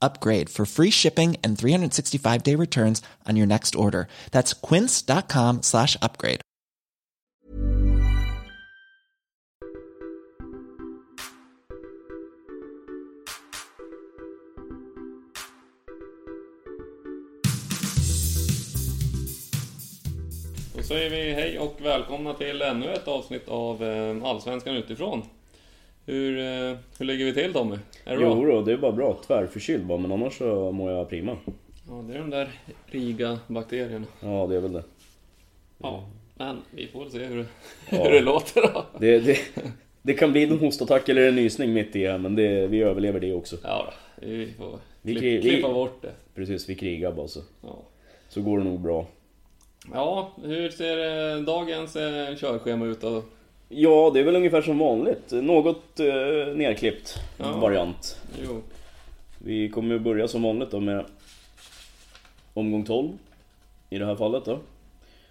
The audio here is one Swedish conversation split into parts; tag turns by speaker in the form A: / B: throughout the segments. A: upgrade for free shipping and 365 day returns on your next order. That's quince.com slash upgrade.
B: Då säger vi hej och välkomna till ännu ett avsnitt av eh, Allsvenskan utifrån. Hur, eh, hur ligger vi till Tommy? Är det
C: Jo
B: bra?
C: då, det är bara bra. Tvärförkyld bara, men annars så mår jag prima.
B: Ja, det är de där Riga-bakterierna.
C: Ja, det är väl det.
B: Ja, men vi får väl se hur,
C: Ja.
B: hur det låter då.
C: Det, det, det kan bli en hostattack eller en nysning mitt i här, men det, vi överlever det också.
B: Ja, då, vi får
C: Vi
B: klipp,
C: kri- vi-
B: klippa bort det.
C: Precis, vi krigar bara så.
B: Ja.
C: Så går det nog bra.
B: ja, hur ser eh, dagens eh, körschema ut då?
C: Ja, det är väl ungefär som vanligt. Något eh, nerklippt
B: Ja.
C: variant.
B: Jo,
C: Vi kommer att börja som vanligt då med omgång 12. I det här fallet då.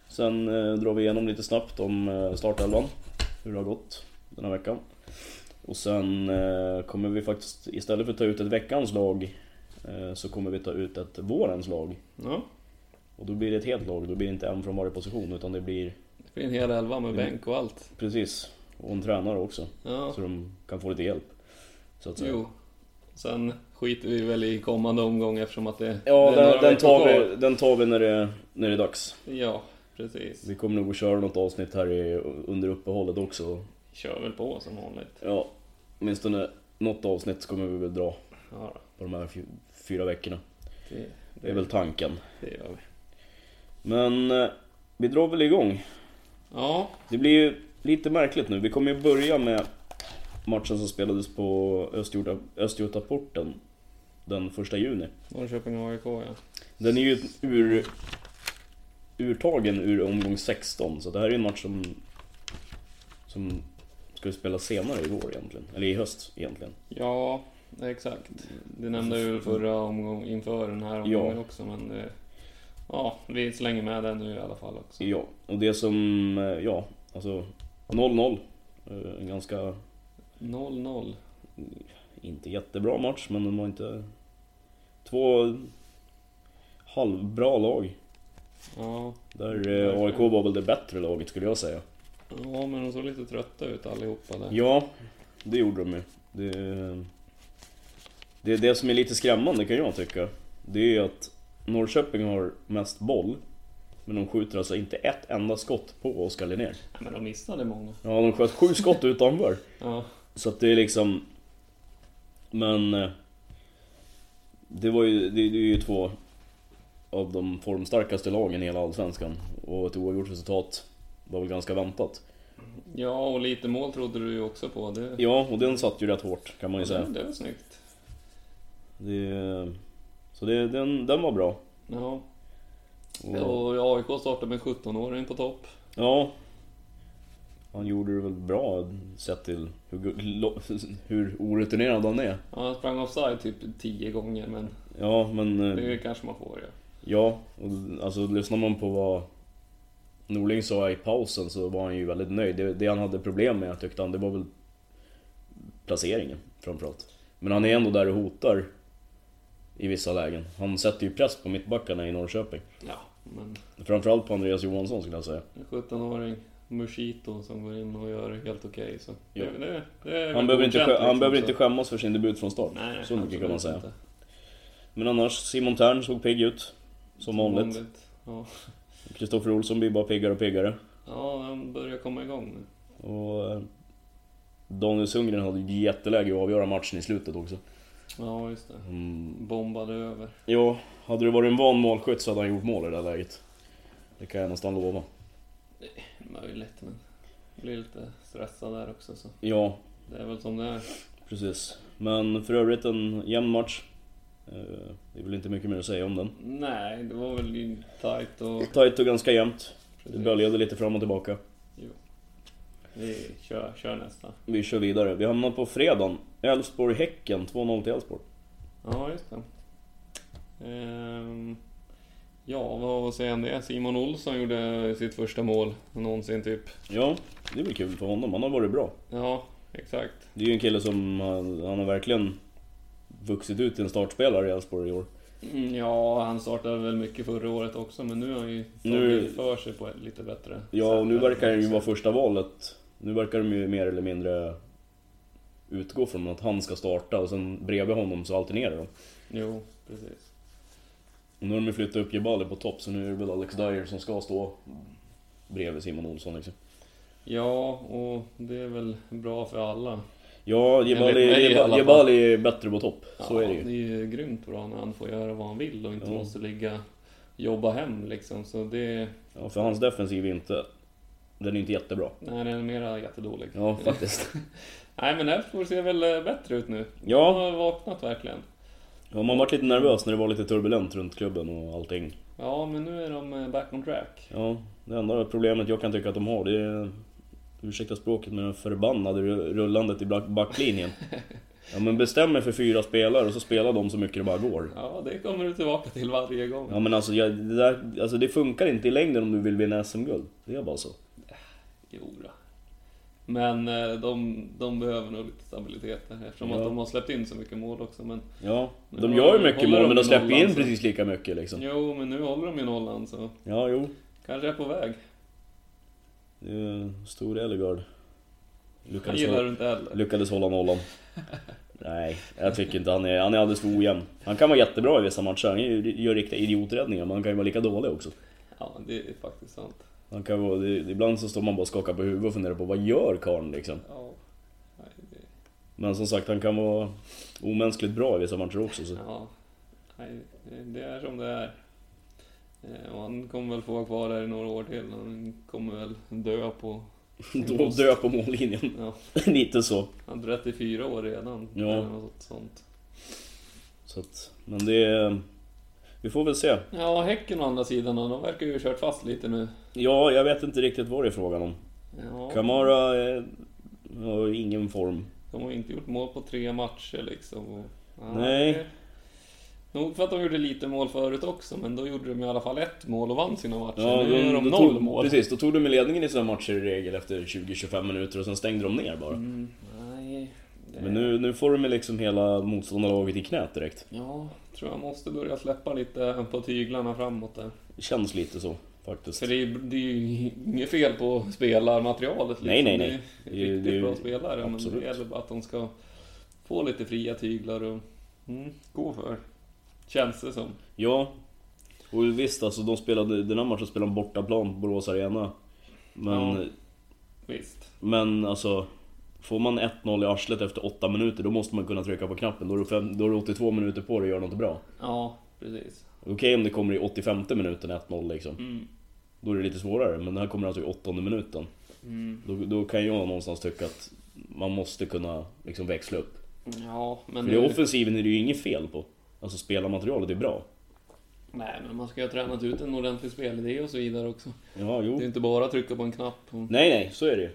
C: Sen eh, drar vi igenom lite snabbt om eh, startelvan. Hur det har gått den här veckan. Och sen eh, kommer vi faktiskt, istället för att ta ut ett veckans lag, eh, så kommer vi ta ut ett vårens lag.
B: ja,
C: Och då blir det ett helt lag, då blir det inte en från varje position utan det blir
B: det blir en hel elva med bänk och allt.
C: precis, och en tränare också.
B: Ja,
C: Mm. Så de kan få lite hjälp. Så att säga.
B: jo. Sen skiter vi väl i kommande omgång eftersom att det...
C: Ja,
B: det är några
C: den, den,
B: veckor
C: tar
B: kvar.
C: vi, den tar vi när det, när det är dags.
B: Ja, precis.
C: Vi kommer nog att köra något avsnitt här i, under uppehållet också.
B: Kör väl på som vanligt.
C: Ja, åtminstone något avsnitt kommer vi väl dra
B: Ja, då,
C: på de här fy- fyra veckorna.
B: det,
C: Det är väl tanken.
B: det gör vi.
C: Men eh, vi drar väl igång.
B: Ja,
C: Det blir ju lite märkligt nu. Vi kommer ju börja med matchen som spelades på Östgöta, Östgötaporten den första juni.
B: Norrköping och AIK ja.
C: Den är ju ur, urtagen ur omgång 16, så det här är ju en match som, som ska spelas senare i vår egentligen. Eller i höst egentligen.
B: Ja, exakt. Det nämnde jag ju förra omgången, inför den här omgången
C: Ja.
B: också men det, Ja, vi slänger med den nu i alla fall också.
C: Ja, och det som, eh, ja, alltså 0-0. Eh, En ganska,
B: 0-0.
C: inte jättebra match, men den var inte... Två halvbra lag.
B: Ja.
C: Där eh, AIK var väl det bättre laget skulle jag säga.
B: ja, men de såg lite trötta ut allihopa där.
C: Ja, det gjorde de ju. Det, det är det som är lite skrämmande kan jag tycka. Det är ju att Norrköping har mest boll, men de skjuter alltså inte ett enda skott på Oskar Linnér.
B: Nej, Men de missade många.
C: Ja, de sköt sju skott utanför.
B: Ja,
C: Så att det är liksom... Men... eh, Det var ju, det, det är ju två av de formstarkaste lagen i hela Allsvenskan. Och ett oavgjort resultat var väl ganska väntat.
B: ja och lite mål trodde du ju också på. Det,
C: Ja, och den satt ju rätt hårt kan man ju säga.
B: det, det var snyggt.
C: Det, så det, den, den var bra.
B: Ja.
C: Och,
B: Och AIK startade med 17-åring på topp.
C: ja. Han gjorde det väl bra sett till hur, gu- lo- hur orutinerad han är.
B: Ja, han sprang offside typ 10 gånger men
C: Ja, men... eh,
B: det kanske man får ja.
C: Ja, och, alltså lyssnar man på vad Norling sa i pausen så var han ju väldigt nöjd. Det, det han hade problem med tyckte han, det var väl placeringen framförallt. Men han är ändå där och hotar i vissa lägen. Han sätter ju press på mittbackarna i Norrköping.
B: Ja, men
C: Framförallt på Andreas Johansson skulle jag säga.
B: en 17-åring, Mushito, som går in och gör helt okej. så
C: Ja.
B: det, det, det är väl
C: Han behöver, inte,
B: godkänt,
C: skö- han
B: liksom,
C: behöver
B: så.
C: inte skämmas för sin debut från start.
B: Nej,
C: så mycket kan man
B: absolut
C: säga.
B: inte.
C: Men annars, Simon Tern såg pigg ut. Som vanligt.
B: Ja.
C: Kristoffer Olsson blir bara piggare och piggare.
B: Ja, han börjar komma igång nu.
C: Och eh, Daniel Sundgren hade ju jätteläge att avgöra matchen i slutet också.
B: Ja, just det.
C: Mm.
B: Bombade över.
C: Ja, hade det varit en van målskytt så hade han gjort mål i det här läget. Det kan jag nästan lova.
B: Möjligt, men... jag Blir lite stressad där också, så
C: Ja,
B: det är väl som det är.
C: precis. Men för övrigt en jämn match. Eh, Det är väl inte mycket mer att säga om den.
B: Nej, det var väl tight och...
C: Tajt och ganska jämnt. Det
B: Precis.
C: böljade lite fram och tillbaka.
B: Vi kör, kör nästa.
C: Vi kör vidare. Vi hamnar på fredagen. Elfsborg-Häcken, 2-0 till Elfsborg.
B: Ja, just det. Ehm, ja, vad har vi att säga om det? Simon Olsson gjorde sitt första mål någonsin, typ.
C: Ja, det blir kul för honom. Han har varit bra.
B: Ja, exakt.
C: Det är ju en kille som, han han har verkligen vuxit ut till en startspelare i Elfsborg i år.
B: Mm, ja, han startade väl mycket förra året också, men nu har han ju
C: Nu-
B: tagit för sig på ett lite bättre
C: Ja, och nu
B: sätt.
C: verkar han ju vara första valet. Nu verkar de ju mer eller mindre utgå från att han ska starta och sen bredvid honom så alternerar de.
B: Jo, precis.
C: Och nu har de ju flyttat upp Jebali på topp så nu är det väl Alex Dyer som ska stå bredvid Simon Olsson liksom.
B: Ja, och det är väl bra för alla.
C: Ja, Jebali,
B: Enligt mig i alla fall.
C: Jebali, Jebali är bättre på topp. Så
B: ja,
C: är det ju.
B: Det är ju grymt bra när han får göra vad han vill och inte
C: Ja.
B: måste ligga jobba hem liksom. Så det...
C: Ja, för hans defensiv är inte... Den är inte jättebra.
B: Nej, den är mera jättedålig.
C: Ja, faktiskt.
B: Nej, men Elfsborg ser väl eh, bättre ut nu. De
C: Ja,
B: har vaknat verkligen.
C: ja, man varit lite nervös när det var lite turbulent runt klubben och allting.
B: Ja, men nu är de eh, back on track.
C: Ja, det enda problemet jag kan tycka att de har det är, ursäkta språket, men det förbannade ru- rullandet i back- backlinjen. Ja men bestäm er för fyra spelare och så spelar de så mycket det bara går.
B: Ja, det kommer du tillbaka till varje gång.
C: Ja men alltså, jag, det, där, alltså det funkar inte i längden om du vill vinna SM-guld. Det är bara så.
B: Jo, då. Men eh, de, de behöver nog lite stabilitet där eftersom
C: Ja.
B: att de har släppt in så mycket mål också. Men,
C: Ja, de
B: Ja,
C: gör ju
B: håller
C: mycket mål
B: de
C: men de
B: i
C: släpper
B: nollan
C: in
B: så.
C: precis lika mycket liksom.
B: jo, men nu håller de ju nollan så
C: Ja, jo.
B: kanske är på väg.
C: Det är Stor Ellegard.
B: Han
C: Lyckades,
B: gillar
C: hålla-
B: du inte heller.
C: lyckades hålla nollan. Nej, jag tycker inte han är, han är alldeles för ojämn. Han kan vara jättebra i vissa matcher, han gör, gör riktiga idioträddningar men han kan ju vara lika dålig också.
B: Ja, det är faktiskt sant.
C: Han kan vara, det, ibland så står man bara och skakar på huvudet och funderar på vad gör karln liksom?
B: Ja, Nej, det,
C: Men som sagt, han kan vara omänskligt bra i vissa matcher också. Så.
B: ja. Nej, det- det är som det är. Eh, Och han kommer väl få vara kvar där i några år till. Han kommer väl dö på...
C: Då dö på mållinjen.
B: Ja.
C: Lite så.
B: Han är 34 år redan.
C: Ja.
B: Eller något sånt.
C: så att, men det... är- Vi får väl se.
B: Ja, Häcken å andra sidan, de verkar ju ha kört fast lite nu.
C: Ja, jag vet inte riktigt vad det är frågan om.
B: Ja,
C: Kamara eh, har ingen form.
B: De har inte gjort mål på tre matcher liksom. Och, ja,
C: Nej.
B: det- Nog för att de gjorde lite mål förut också, men då gjorde de i alla fall ett mål och vann sina matcher.
C: Ja,
B: nu gör de
C: då
B: noll
C: tog,
B: mål.
C: Precis, då tog de ledningen i sina matcher i regel efter 20-25 minuter och sen stängde de ner bara.
B: Mm, nej. det-
C: Men nu, nu får de ju liksom hela motståndarlaget i knät direkt.
B: Ja, tror jag måste börja släppa lite på tyglarna framåt där.
C: Det känns lite så faktiskt.
B: För det är, ju- det är ju inget fel på spelarmaterialet. Liksom.
C: Nej, nej, nej.
B: Det är
C: Det är ju-
B: riktigt
C: det är ju-
B: bra spelare, men
C: absolut.
B: det gäller bara att de ska få lite fria tyglar och mm, gå för. Känns det som.
C: Ja, och visst alltså de spelade, den här matchen spelade de bortaplan på Borås Arena. Men,
B: Ja. Visst.
C: men alltså, får man 1-0 i arslet efter 8 minuter då måste man kunna trycka på knappen. Då är det, fem, då är det 82 minuter på dig att göra något bra.
B: Ja, precis.
C: Okej om det kommer i 85 minuten 1-0 liksom.
B: Mm.
C: Då är det lite svårare, men det här kommer alltså i 8 minuten.
B: Mm.
C: Då, då kan jag någonstans tycka att man måste kunna liksom växla upp.
B: Ja, men...
C: För det
B: nu-
C: offensiven är det ju inget fel på. Alltså spelarmaterialet är bra.
B: Nej, men man ska ju ha tränat ut en ordentlig spelidé och så vidare också.
C: Ja, jo.
B: Det är inte bara att trycka på en knapp. Och,
C: Nej, nej, så är det ju.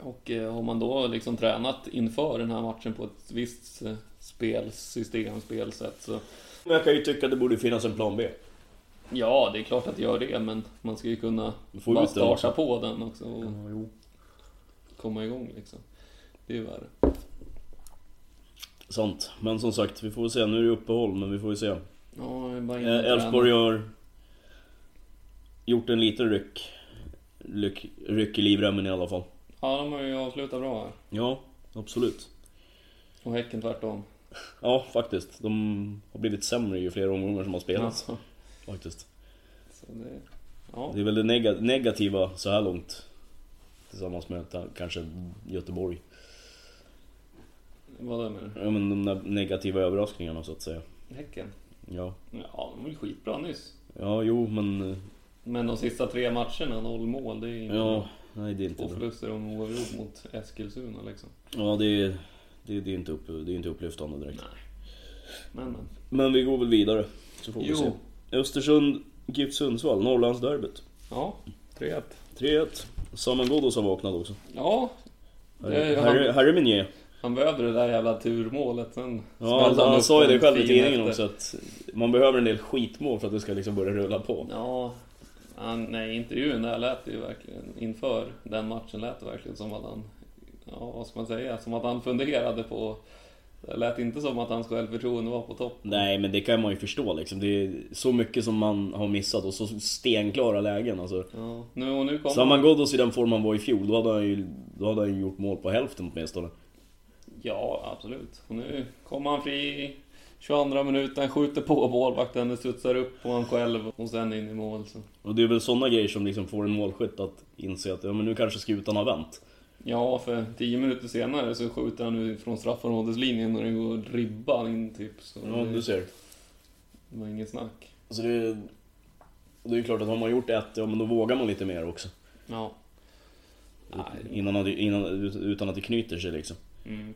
B: och eh, har man då liksom tränat inför den här matchen på ett visst eh, spelsystem, spelsätt så...
C: Men jag kan ju tycka att det borde finnas en plan B.
B: Ja, det är klart att jag gör det, men man ska ju kunna
C: Du får
B: bara
C: ut den
B: starta
C: också.
B: på den också och
C: Ja, jo.
B: komma igång liksom. Det är ju värre.
C: Sant. Men som sagt, vi får väl se. Nu är det uppehåll, men vi får ju se.
B: Ja, jag är bara
C: Eh,
B: inne och
C: Elfsborg har gjort en liten ryck. Ryck, ryck i livremmen i alla fall.
B: tränar. Ja, de har ju avslutat bra här.
C: Ja, absolut.
B: Och Häcken tvärtom.
C: Ja, faktiskt. De har blivit sämre ju fler omgångar som har spelats.
B: Alltså,
C: Faktiskt.
B: så det, Ja,
C: Det är väl det nega- negativa så här långt. Tillsammans med ta- kanske Göteborg.
B: vad det menar
C: Ja men de där negativa överraskningarna så att säga.
B: du? Häcken?
C: Ja,
B: Ja, de var ju skitbra nyss.
C: ja jo men... eh,
B: Men de sista tre matcherna, noll mål, det är inte
C: Ja,
B: bra.
C: nej det är inte
B: Två
C: bra.
B: förluster och en oavgjord mot Eskilstuna liksom.
C: Ja det är, det, är- det är inte upp, det är inte upplyftande direkt.
B: Men, men.
C: Men vi går väl vidare. Så får vi
B: Jo.
C: se. Östersund, GIF Sundsvall, Norrlandsderbyt.
B: Ja, 3-1.
C: 3-1. Saman Ghoddos har vaknat också.
B: Ja,
C: Här,
B: Ja, ja,
C: här, är- här är Minier.
B: han behövde det där jävla turmålet sen.
C: Ja,
B: smällde
C: han, han
B: upp
C: sa ju
B: den
C: det själv i
B: fin
C: tidningen
B: efter.
C: också att man behöver en del skitmål för att det ska liksom börja rulla på.
B: Ja, han, nej intervjun där lät det ju verkligen, inför den matchen lät det verkligen som att han, ja vad ska man säga, som att han funderade på, det lät inte som att hans självförtroende var på topp.
C: Nej men det kan man ju förstå liksom. Det är så mycket som man har missat och så stenklara lägen alltså.
B: Ja, nu, och nu kommer
C: Saman Ghoddos i den form han var i fjol, då hade han ju, då hade han ju gjort mål på hälften åtminstone.
B: Ja, absolut. Och nu kommer han fri 22 minuten, skjuter på målvakten, det studsar upp på honom själv och sen in i mål. Så.
C: Och det är väl sådana grejer som liksom får en målskytt att inse att ja, men nu kanske skutan har vänt.
B: Ja, för 10 minuter senare så skjuter han ut från straffområdeslinjen och det går ribban in typ. Så
C: Ja,
B: det,
C: du ser.
B: det var inget snack.
C: Så det, det är ju klart att har man gjort ett, ja men då vågar man lite mer också.
B: Ja. Nej.
C: Innan, att- innan, utan att det knyter sig liksom.
B: Mm.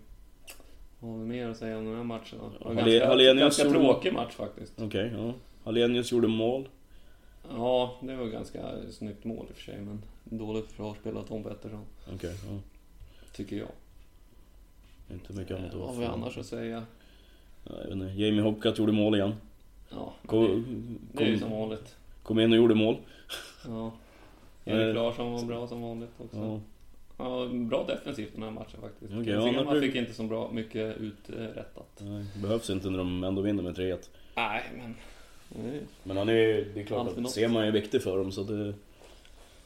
B: Vad har vi mer att säga om den här matchen då? Det var
C: Halle-
B: ganska,
C: Hallenius
B: ganska
C: gjorde-
B: tråkig match faktiskt.
C: Okej, ja. Hallenius gjorde mål.
B: Ja, det var ganska snyggt mål i och för sig, men dåligt försvarsspel av Tom Pettersson,
C: Okej, ja.
B: tycker jag.
C: Inte mycket annat
B: Eh, Vad har vi annars att säga?
C: Ja, jag vet inte. Jamie Hopcat gjorde mål igen.
B: Ja,
C: Kom,
B: det är ju
C: kom,
B: som vanligt.
C: kom in och gjorde mål.
B: Ja.
C: Eh,
B: Erik Larsson var bra som vanligt också.
C: Ja.
B: Ja, bra defensivt den här matchen faktiskt.
C: Okej,
B: Okay,
C: ja, men
B: man
C: det-
B: fick inte så bra mycket uträttat.
C: Nej, behövs inte när de ändå vinner med 3-1.
B: Nej, men... Nej.
C: Men han är ju, det är klart
B: Allt för
C: att
B: något.
C: ser man är viktig för dem så att det,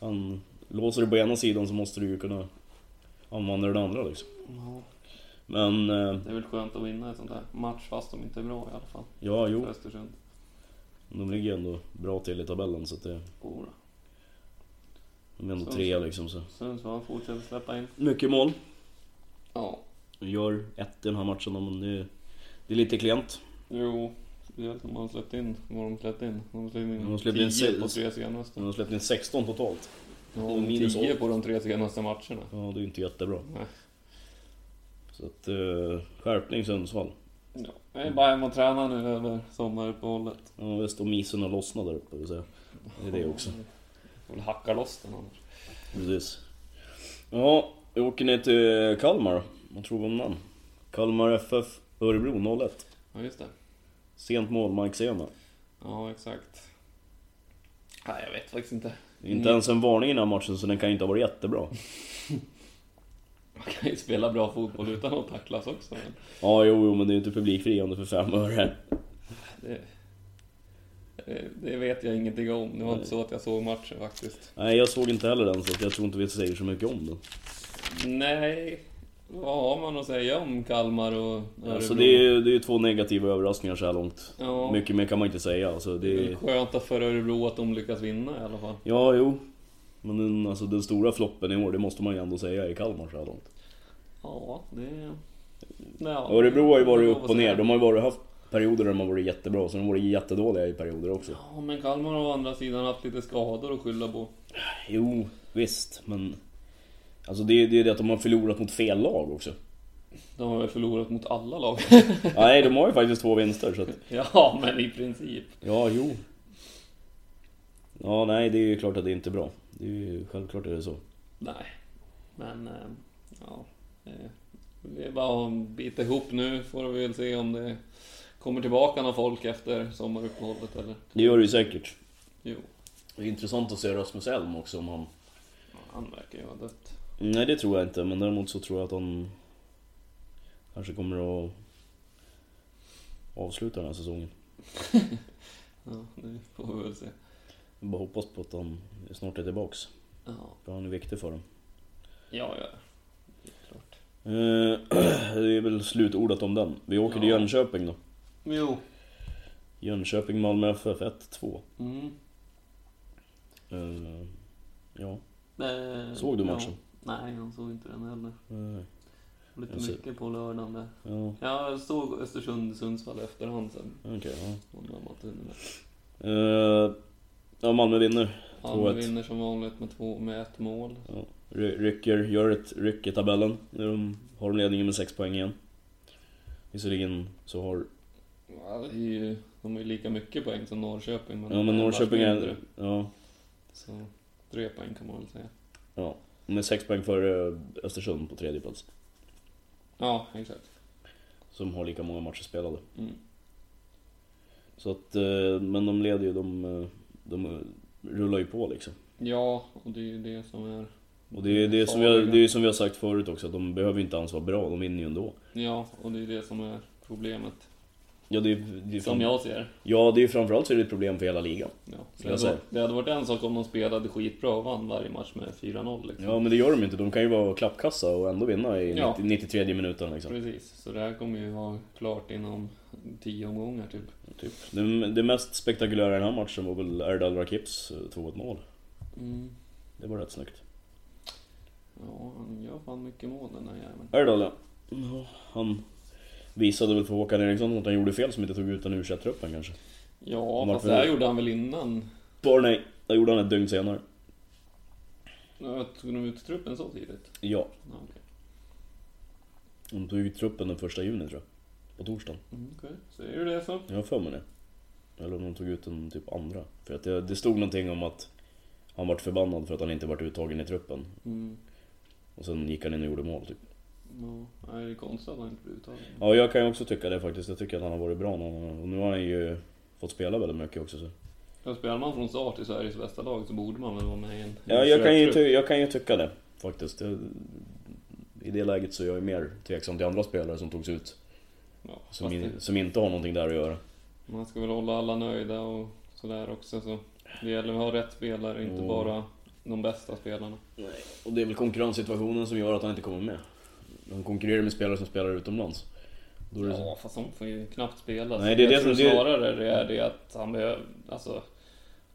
C: han låser det på ena sidan så måste du ju kunna använda den andra liksom. Men eh,
B: Det är väl skönt att vinna en sån där match fast de inte är bra i alla fall.
C: ja, jo,
B: För Östersund.
C: de ligger ju ändå bra till i tabellen så att det,
B: Jodå.
C: de är ändå
B: Så-
C: trea liksom så.
B: Sundsvall fortsätter släppa in.
C: Mycket mål.
B: Ja.
C: Vi Gör ett i den här matchen men det, det är lite klent.
B: Jo. Speciellt när man har släppt in vad de släppt in. De har släppt in
C: De har släppt in
B: 10
C: sex-
B: på tre senaste.
C: De har släppt in 16 totalt.
B: Ja,
C: minus
B: 10
C: åtta.
B: på de tre senaste matcherna.
C: Ja, det är ju inte jättebra.
B: Nej.
C: Så att eh, skärpning Sundsvall.
B: Ja. Jag
C: Mm.
B: är bara hemma och tränar nu över sommaruppehållet.
C: Ja visst, och misen har lossnat där uppe vill säga. Det är det också.
B: Jag vill hacka loss den annars.
C: Precis. Ja, vi åker ner till Kalmar då. Vad tror vi om den? Kalmar FF, Örebro 0-1.
B: Ja, just det.
C: Sent mål, Mike Sema.
B: Ja, exakt. Nej, jag vet faktiskt inte.
C: Det är Inte ens en varning i den här matchen, så den kan ju inte ha varit jättebra.
B: Man kan ju spela bra fotboll utan att tacklas också. Men
C: Ja, jo, jo, men det är ju inte publikfriande för fem öre.
B: det, det- det vet jag ingenting om. Det var inte så att jag såg matchen faktiskt.
C: Nej, jag såg inte heller den, så att jag tror inte vi säger så mycket om den.
B: Nej, vad har man att säga om Kalmar och Örebro?
C: Alltså, det är ju det är ju två negativa överraskningar så här långt.
B: ja,
C: Mycket mer kan man inte säga. Alltså,
B: det
C: det
B: är
C: är...
B: skönt att för Örebro att de lyckas vinna i alla fall.
C: Ja, jo. Men den, alltså, den stora floppen i år, det måste man ju ändå säga, är Kalmar så här långt.
B: Ja, det... Ja,
C: Örebro har ju
B: det är
C: varit
B: lov
C: upp
B: att
C: och ner.
B: säga.
C: De har ju varit, haft perioder där de har varit jättebra, sen har de varit jättedåliga i perioder också.
B: Ja, men Kalmar har å andra sidan haft lite skador att skylla på.
C: Jo, visst, men... Alltså det är det, är det att de har förlorat mot fel lag också.
B: De har väl förlorat mot alla lag.
C: Nej, de har ju faktiskt två vinster så att...
B: ja, men i princip.
C: Ja, jo. Ja, nej, det är ju klart att det inte är bra. Det är ju, självklart är det så.
B: Nej, men eh, ja. eh, Det är bara att bita ihop nu får vi väl se om det kommer tillbaka några folk efter sommaruppehållet eller...
C: Det gör det ju säkert.
B: Jo,
C: Det är intressant att se Rasmus Elm också om han...
B: han verkar ju ha dött.
C: Nej, det tror jag inte, men däremot så tror jag att han... Kanske kommer att... Avsluta den här säsongen.
B: Ja, det får vi väl se.
C: Jag bara hoppas på att han snart är tillbaks.
B: Ja,
C: För han är viktig för dem.
B: ja, ja. Det är klart.
C: Eh, Det är väl slutordat om den. Vi åker till
B: Ja.
C: Jönköping då.
B: Jo.
C: Jönköping, Malmö FF 1-2.
B: Mm.
C: Eh, ja,
B: Eh,
C: såg du matchen?
B: Ja. Nej, jag såg inte den heller.
C: Nej.
B: Det var
C: Jag
B: Lite
C: ser-
B: mycket på lördagen där.
C: eh, Ja,
B: Jag såg Östersund-Sundsvall i efterhand sen.
C: okej. ja.
B: Undrar om att det är-
C: Eh, ja, Malmö vinner.
B: Malmö
C: 2-1.
B: vinner som vanligt med, två, med ett mål.
C: Ja, ry- rycker, gör ett ryck i tabellen. De har de ledningen med 6 poäng igen. Visserligen så har...
B: Ja, det är ju, de har ju lika mycket poäng som Norrköping. Men
C: Ja
B: de
C: men
B: en match
C: Norrköping är...
B: mindre.
C: Ja,
B: Så tre poäng kan man väl säga.
C: de är 6 poäng före eh, Östersund på tredje plats.
B: Ja, exakt.
C: Som har lika många matcher spelade.
B: Mm.
C: Så att, eh, men de leder ju, de, eh, de eh, rullar ju på liksom.
B: Ja, och det är ju det som är...
C: Och det är det som vi har, det är som vi har sagt förut också, att de behöver ju inte ens vara bra, de vinner ju ändå.
B: Ja, och det är det som är problemet.
C: Ja, det är, det är
B: Som
C: fram...
B: jag ser det.
C: ja, det är framförallt så är det ett problem för hela ligan.
B: ja. det.
C: jag
B: Hade
C: säga.
B: varit, det hade varit en sak om de spelade skitbra och vann varje match med 4-0 liksom.
C: Ja, men det gör de ju inte. De kan ju vara klappkassa och ändå vinna i
B: Ja.
C: 90, 93 minuten liksom.
B: Precis, så det här kommer ju vara klart inom tio omgångar typ.
C: Typ. Det, det mest spektakulära i den här matchen var väl Erdal Rakips eh, 2-1 mål.
B: Mm.
C: Det var rätt snyggt.
B: Ja, han gör fan mycket mål den här jäveln.
C: Erdal ja. Ja, Han visade väl för Håkan Eriksson att han gjorde fel som inte tog ut den ur truppen kanske.
B: Ja, fast
C: Varför-
B: det här gjorde han väl innan?
C: Bara nej, det gjorde han ett dygn senare.
B: Ja, Tog de ut truppen så tidigt?
C: Ja,
B: Ja, okej.
C: de tog ut truppen den första juni tror jag. På torsdagen.
B: Mm, okej. Säger du det så?
C: Jag har för mig det. Eller om de tog ut den typ andra. För att det, det stod någonting om att han vart förbannad för att han inte vart uttagen i truppen.
B: Mm.
C: Och sen gick han in och gjorde mål typ.
B: Ja, nej, det är konstigt att han inte blir uttagen.
C: Ja, jag kan ju också tycka det faktiskt. Jag tycker att han har varit bra någon Och nu har han ju fått spela väldigt mycket också. Så.
B: Ja, spelar man från start i Sveriges bästa lag så borde man väl vara med i en
C: Ja, jag kan, ju
B: försökstrupp.
C: ty- jag kan ju tycka det faktiskt. Jag, I det läget så är jag ju mer tveksam till andra spelare som togs ut.
B: ja,
C: Som,
B: fast
C: in,
B: det,
C: som inte har någonting där att göra.
B: Man ska väl hålla alla nöjda och sådär också så det gäller att ha rätt spelare, inte
C: Mm.
B: bara de bästa spelarna.
C: Och det är väl konkurrenssituationen som gör att han inte kommer med. Han konkurrerar med spelare som spelar utomlands. Då är det
B: Ja, fast de får ju knappt spela.
C: Nej,
B: Så
C: det
B: jag
C: är det
B: tror
C: som- det-
B: snarare det är det att han behöver, alltså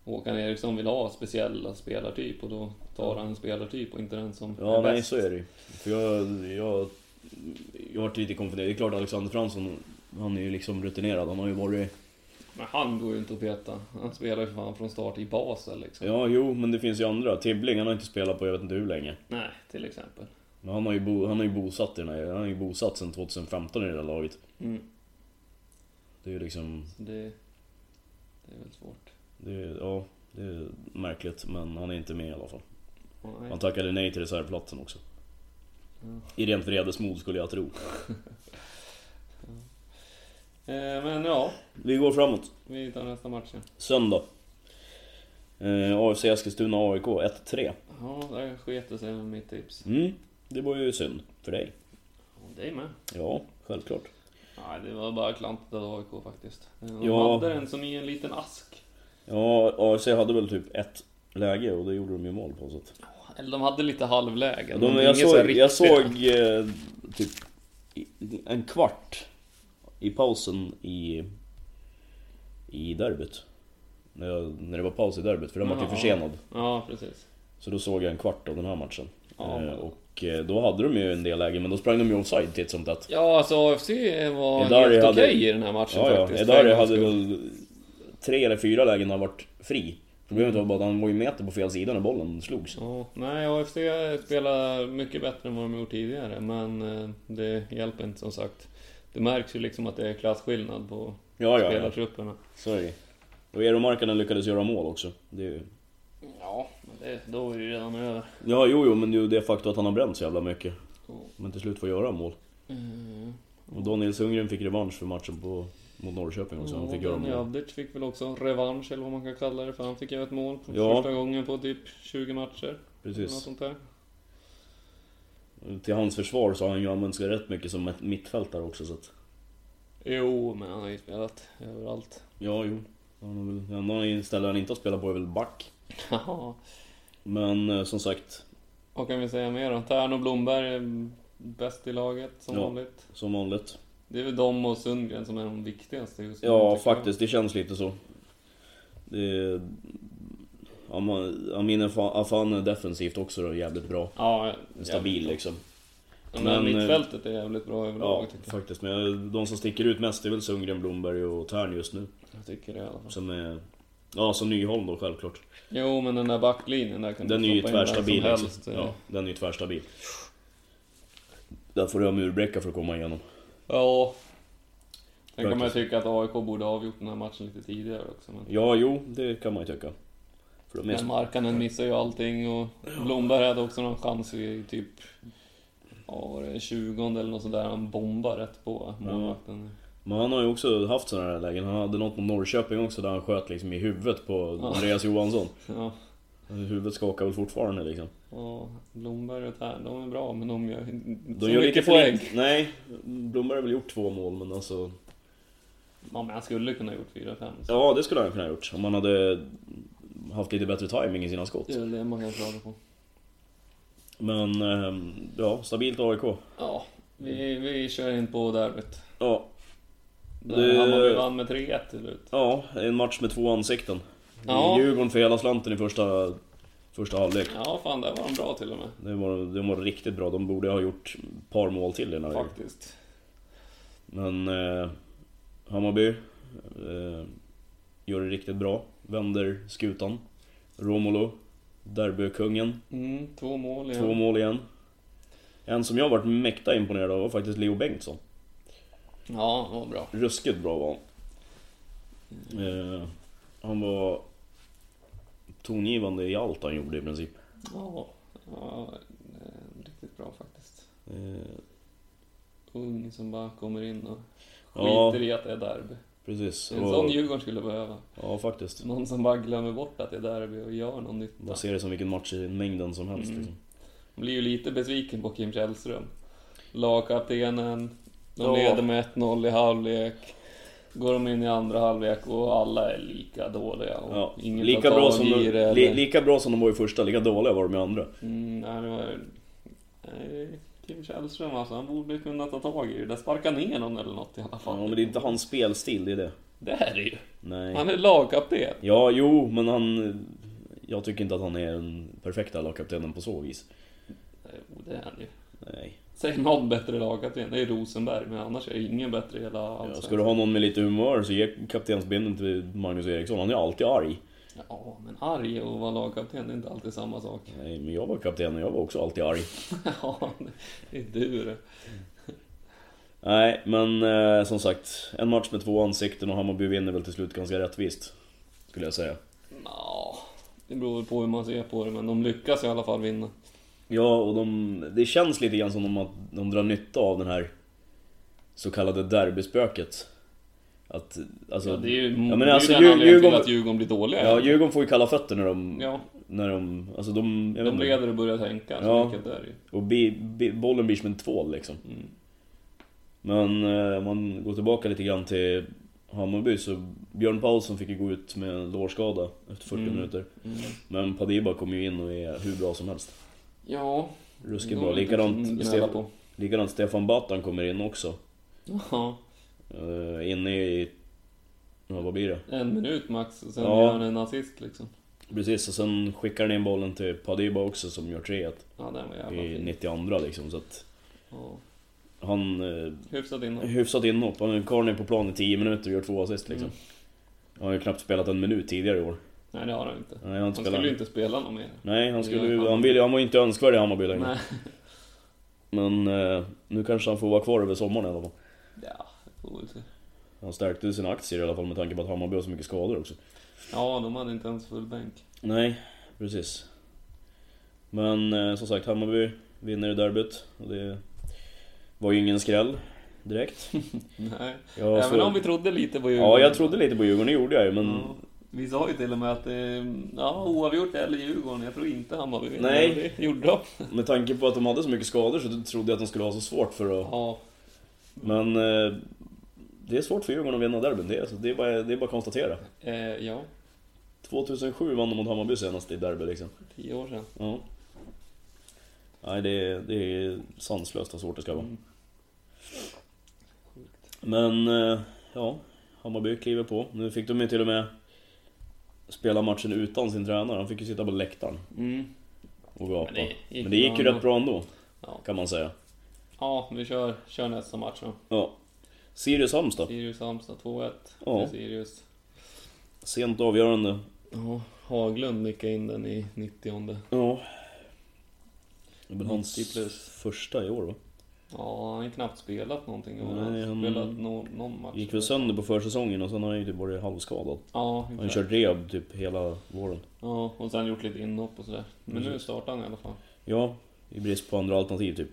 B: Håkan Eriksson vill ha speciella spelartyp och då tar han en spelartyp och inte den som
C: Ja,
B: är
C: nej
B: bäst.
C: så är det ju. För jag, jag, jag har varit lite konfunderad. Det är klart Alexander Fransson, han är ju liksom rutinerad. Han har ju varit...
B: Men han går ju inte att peta. Han spelar ju för fan från start i Basel liksom.
C: Ja, jo, men det finns ju andra. Tibbling, han har inte spelat på jag vet inte hur länge.
B: Nej, till exempel.
C: Men han har ju, bo, han har ju bosatt i den här, han har ju bosatt sedan 2015 i det där laget.
B: Mm.
C: Det är ju liksom,
B: Så det, det är väl svårt.
C: det är, ja, det är märkligt. Men han är inte med i alla fall.
B: Nej.
C: Han tackade nej till reservplatsen också.
B: Mm.
C: I rent vredesmod skulle jag tro.
B: Eh, Men ja,
C: Vi går framåt.
B: vi tar nästa match. ja.
C: Söndag. Eh, AFC Eskilstuna-AIK 1-3.
B: Ja, där sket det sig med mitt tips.
C: Mm, det var ju synd för dig.
B: Och dig med.
C: Ja, självklart.
B: Nej, det var bara klantigt av AIK faktiskt. De
C: Ja.
B: hade den som i en liten ask.
C: Ja, AFC hade väl typ ett läge och det gjorde de ju mål på. Så att.
B: Eller de hade lite halvlägen.
C: De,
B: men
C: jag,
B: inget så här
C: såg,
B: riktigt.
C: jag såg eh, typ i- en kvart i pausen i, i derbyt. När, jag, när det var paus i derbyt, för den var ju
B: Jaha.
C: försenad.
B: Ja, precis.
C: Så då såg jag en kvart av den här matchen.
B: Ja.
C: Eh, och eh, då hade de ju en del lägen, men då sprang de ju offside titt som tätt.
B: Ja, alltså AFC var
C: Edari
B: helt okej
C: hade-
B: i den här matchen
C: Ja, ja.
B: faktiskt.
C: Edari
B: För en
C: hade
B: gångs skull.
C: väl tre eller fyra lägen när han varit fri. Problemet var bara att han var ju meter på fel sida när bollen slogs.
B: Ja, nej, AFC spelar mycket bättre än vad de gjort tidigare, men eh, det hjälper inte som sagt. Det märks ju liksom att det är klasskillnad på
C: Ja, ja, ja.
B: spelartrupperna.
C: Så är det Och Eero Markkanen lyckades göra mål också. Det är ju...
B: Ja, men det, då är det ju redan över.
C: Ja, jo, jo, men det är ju det faktum att han har bränt så jävla mycket.
B: Ja.
C: Men till slut får göra mål.
B: Mm.
C: Och Daniel Sundgren fick revansch för matchen på, mot Norrköping också. Han fick göra mål.
B: Javdic fick väl också revansch, eller vad man kan kalla det, för han fick göra ett mål på
C: Ja.
B: första gången på typ 20 matcher. Eller något
C: Precis.
B: sånt där.
C: Till hans försvar så har han ju använt sig rätt mycket som ett mittfältare också så att...
B: Jo, men han har ju spelat överallt.
C: Ja, jo. Han har väl... Det enda ställe han inte har spelat på är väl back.
B: Haha.
C: Men eh, som sagt,
B: vad kan vi säga mer då? Tern och Blomberg är bäst i laget, som
C: Ja.
B: vanligt.
C: som vanligt.
B: Det är väl de och Sundgren som är de viktigaste just nu.
C: Ja,
B: tycker jag.
C: faktiskt. Det känns lite så. Det, Ama- Amin Afa- Afan defensivt också då, jävligt bra.
B: Ja,
C: Stabil liksom.
B: Ja,
C: Men,
B: men
C: eh,
B: mittfältet är jävligt bra överlag
C: Ja,
B: tycker jag.
C: faktiskt. Men de som sticker ut mest är väl Sundgren, Blomberg och Tern just nu.
B: jag tycker det i alla fall.
C: Som är... Ja, som Nyholm då självklart.
B: Jo, men den där backlinjen där kan
C: Den är
B: du
C: ju
B: stoppa in vem som
C: tvärstabil
B: helst. eh.
C: liksom. Ja, den är ju tvärstabil. Där får du ha murbräcka för att komma igenom.
B: ja. Sen kan man ju
C: Verkligen.
B: tycka att AIK borde ha avgjort den här matchen lite tidigare också. Men,
C: Ja, jo, det kan man ju tycka. För de är
B: men
C: så...
B: Markkanen missar ju allting och Blomberg hade också någon chans i typ... Ja, var det 20 eller något sådär. Han bombar rätt på målvakten.
C: Men han har ju också haft sådana här lägen. Han hade något mot Norrköping också där han sköt liksom i huvudet på
B: Ja.
C: Andreas Johansson.
B: Ja.
C: Huvudet skakar väl fortfarande liksom.
B: Ja, Blomberg och Tern, de är bra men de gör inte
C: De
B: så
C: gör lite
B: mycket
C: för
B: poäng.
C: lite- Nej, Blomberg har väl gjort två mål men alltså...
B: Ja, men han skulle kunna ha gjort 4-5. så
C: Ja, det skulle han kunna ha gjort. Om han hade haft lite bättre timing i sina skott.
B: Det är väl det man kan klaga på.
C: Men, ehm, ja, stabilt AIK.
B: Ja, vi, vi kör in på derbyt.
C: Ja,
B: Där
C: Det-
B: Hammarby vann med 3-1 till slut.
C: ja, en match med två ansikten.
B: Ja.
C: Djurgården för hela slanten i första, första halvlek.
B: Ja, fan där var de bra till och med.
C: Det var, de var riktigt bra, de borde ha gjort ett par mål till i den här veckan.
B: Faktiskt.
C: Men eh, Hammarby eh, gör det riktigt bra. Vänder skutan. Romolo, derbykungen.
B: Mm, två mål igen.
C: Två mål igen. En som jag varit mäkta imponerad av var faktiskt Leo Bengtsson.
B: Ja, det var bra.
C: Ruskigt bra var han. Eh, han var tongivande i allt han gjorde i princip.
B: Ja, ja eh, riktigt bra faktiskt.
C: Eh,
B: Ung som bara kommer in och
C: Ja.
B: skiter i att det är derby.
C: precis.
B: En
C: Och-
B: sån Djurgården skulle behöva.
C: Ja, faktiskt.
B: Någon som bara glömmer bort att det är derby och gör någon nytta.
C: Man ser det som vilken match i mängden som helst.
B: Mm.
C: Liksom.
B: Man blir ju lite besviken på Kim Källström. Lagkaptenen, de
C: Ja.
B: leder med 1-0 i halvlek. Går de in i andra halvlek och alla är lika dåliga. Och
C: Ja.
B: inget
C: Lika,
B: att ta
C: bra
B: tag
C: som
B: i
C: de,
B: det,
C: li,
B: eller-
C: lika bra som de var i första, lika dåliga var de i andra.
B: Mm, nej, det var... Nej, Kim Källström alltså, han borde kunna ta tag i det där. Sparka ner någon eller något i alla
C: Ja,
B: fall.
C: men det är inte hans spelstil, det är det.
B: Det här är det ju.
C: Nej.
B: Han är lagkapten.
C: Ja, jo, men han... Jag tycker inte att han är den perfekta lagkaptenen på så vis.
B: Jo, det är han ju.
C: Nej.
B: Säg någon bättre lagkapten, det är Rosenberg, men annars är det ingen bättre i hela
C: Ja,
B: allsvenskan.
C: ska du ha någon med lite humör så ge kaptensbindeln till Magnus Eriksson. Han är alltid arg.
B: Ja, men arg och vara lagkapten, det är inte alltid samma sak.
C: Nej, men jag var kapten och jag var också alltid arg.
B: Ja, det är du det.
C: Nej, men eh, som sagt. En match med två ansikten och Hammarby vinner väl till slut ganska rättvist. Skulle jag säga.
B: Ja, det beror väl på hur man ser på det, men de lyckas i alla fall vinna.
C: Ja, och de, det känns lite grann som om att de drar nytta av den här så kallade derbyspöket. Att, alltså,
B: Ja, det är ju,
C: Ja, men
B: det är
C: alltså,
B: ju den
C: Djur-
B: anledningen till
C: Djurgården-
B: att Djurgården blir dåliga.
C: ja, Djurgården får ju kalla fötter när de...
B: Ja,
C: När de alltså de, jag vet
B: de
C: inte.
B: leder och börjar tänka, så
C: Ja.
B: enkelt är det ju.
C: Och bi, bi, bollen blir som en tvål liksom.
B: Mm.
C: Men eh, om man går tillbaka lite grann till Hammarby så Björn Paulsson fick ju gå ut med en lårskada efter 40
B: Mm.
C: minuter.
B: Mm.
C: Men Padiba kom ju in och är hur bra som helst.
B: Ja,
C: Ruskigt
B: de
C: bra.
B: är lite som
C: Likadant,
B: gnälla
C: Stef,
B: Mm, på.
C: likadant Stefan Battan kommer in också.
B: Ja,
C: Eh, inne i... Ja, vad blir det?
B: en minut max, och sen
C: Ja.
B: gör han en assist liksom.
C: Precis, och sen skickar han in bollen till Padiba också som gör 3-1
B: Ja, den var jävla
C: i
B: fin.
C: 92 liksom. Så att
B: Ja,
C: han... Eh,
B: hyfsat innan.
C: hyfsat inhopp. Han- Karln är på plan i 10 minuter och gör två assist liksom.
B: Mm.
C: Han har ju knappt spelat en minut tidigare i år.
B: Nej, det har han inte.
C: Nej, han,
B: Han skulle ju
C: spelar...
B: inte spela någon mer.
C: Nej, han, skulle,
B: Ja, han-
C: han, ville, han var ju inte önskvärd i Hammarby längre.
B: Nej.
C: Men eh, nu kanske han får vara kvar över sommaren i alla fall.
B: Ja, det får vi se.
C: Han stärkte ju sina aktier i alla fall med tanke på att Hammarby har så mycket skador också.
B: Ja, de hade inte ens full bänk.
C: Nej, precis. Men eh, som sagt, Hammarby vinner i derbyt. Och det var ju ingen skräll direkt.
B: Nej.
C: Jag
B: Även
C: såg-
B: om vi trodde lite på Djurgården.
C: Ja, jag trodde lite på Djurgården, det gjorde jag ju, men...
B: Ja. Vi sa ju till och med att eh, ja, oavgjort eller Djurgården, jag tror inte Hammarby vinner.
C: Nej.
B: Det gjorde de.
C: Med tanke på att de hade så mycket skador så trodde jag att de skulle ha så svårt för att...
B: Ja,
C: Men... eh, Det är svårt för Djurgården att vinna derbyn, det är, alltså, det är, bara, det är bara att konstatera.
B: eh, ja,
C: 2007 vann de mot Hammarby senast i derby liksom.
B: tio år sedan.
C: Ja. Nej, det är, det är sanslöst vad svårt det ska vara.
B: Mm.
C: Men, eh, ja. Hammarby kliver på. Nu fick de ju till och med spela matchen utan sin tränare. Han fick ju sitta på läktaren
B: Mm.
C: och gapa.
B: Men det gick
C: Men det gick ju
B: bra
C: rätt bra ändå,
B: Ja.
C: kan man säga.
B: ja, vi kör, kör nästa match då.
C: Ja. Sirius Halmstad.
B: Sirius Halmstad 2-1
C: Ja.
B: till Sirius.
C: Sent avgörande.
B: Ja, Haglund nickade in den i 90
C: Ja. Det är
B: 90
C: väl hans
B: plus.
C: första i år va?
B: Ja, han har knappt spelat någonting. och
C: Nej,
B: han har
C: han-
B: spelat nå någon match.
C: Gick väl sönder på försäsongen och sen har han ju typ varit halvskadad.
B: Ja,
C: Han har ju
B: ungefär.
C: kört rehab typ hela våren.
B: ja, och sen gjort lite inhopp och sådär. Men
C: Mm.
B: nu startar han i alla fall.
C: Ja, i brist på andra alternativ typ.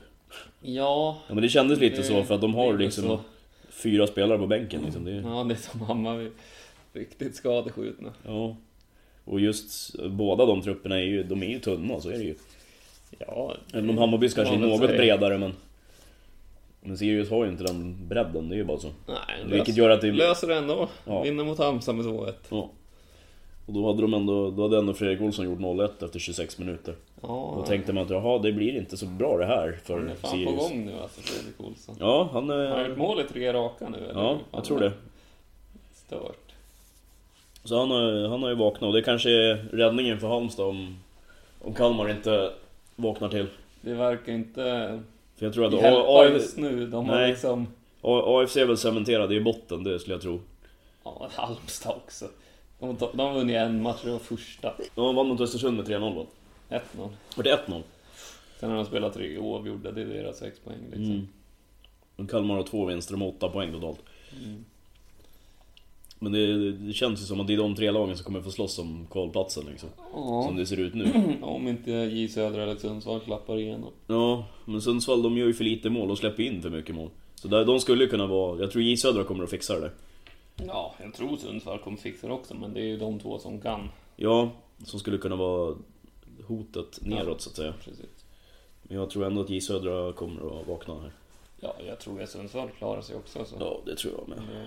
B: Ja,
C: Ja men det kändes lite så för att de har
B: det är
C: liksom
B: så.
C: fyra spelare på bänken liksom. Det är,
B: Ja, det är som Hammarby. Riktigt skadeskjutna.
C: ja. Och just båda de trupperna är ju, de är ju tunna så är det ju.
B: Ja,
C: Även om Hammarby
B: kan
C: kanske är
B: man väl
C: något
B: säga.
C: bredare men... Men Sirius har ju inte den bredden, det är ju bara så.
B: Nej,
C: Vilket
B: lös-
C: gör att det-
B: Löser det ändå.
C: Ja.
B: Vinner mot Halmstad med 2-1.
C: Ja. Och då hade, de ändå, då hade ändå Fredrik Olsson gjort 0-1 efter 26 minuter.
B: Ja,
C: Då tänkte man att jaha, det blir inte så bra det här för
B: han är fan
C: Sirius.
B: på gång nu alltså, Fredrik Olsson.
C: Ja, han... eh,
B: Har han gjort mål i tre raka nu eller?
C: Ja,
B: Fan,
C: jag tror det.
B: Stört.
C: Så han har, han har ju vaknat och det kanske är räddningen för Halmstad om, om Kalmar inte vaknar till.
B: Det verkar inte
C: För jag tror att A-
B: hjälpa
C: A-
B: just nu. De har
C: Nej.
B: liksom...
C: A- AFC är väl cementerade i botten, det skulle jag tro.
B: Ja, Halmstad också. De, de har vunnit en match, det var första.
C: De vann mot Östersund med 3-0 va?
B: 1-0.
C: Var det 1-0?
B: Sen har de spelat tre oavgjorda, det är deras sex poäng liksom.
C: Mm. Men Kalmar har två vinster, de har åtta poäng totalt. Men det, det känns ju som att det är de tre lagen som kommer få slåss om kvalplatsen liksom.
B: Ja,
C: Som det ser ut nu.
B: om inte J Södra eller Sundsvall klappar igenom.
C: Ja, men Sundsvall de gör ju för lite mål och släpper in för mycket mål. Så där, de skulle ju kunna vara... Jag tror J Södra kommer att fixa det där.
B: Ja, jag tror Sundsvall kommer fixa det också, men det är ju de två som kan.
C: Ja, som skulle kunna vara hotet neråt så att säga.
B: Precis.
C: Men jag tror ändå att J Södra kommer att vakna här.
B: Ja, jag tror att Sundsvall klarar sig också. Så.
C: Ja, det tror jag med.
B: Det,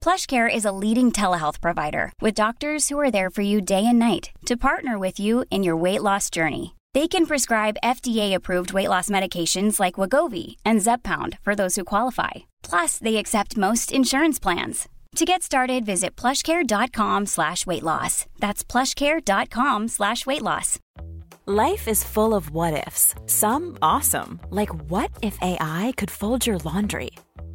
D: PlushCare is a leading telehealth provider with doctors who are there for you day and night to partner with you in your weight loss journey. They can prescribe FDA-approved weight loss medications like Wagovi and Zepbound for those who qualify. Plus, they accept most insurance plans. To get started, visit plushcare.com slash weight loss. That's plushcare.com slash weight loss.
E: Life is full of what ifs. Some awesome, like what if AI could fold your laundry?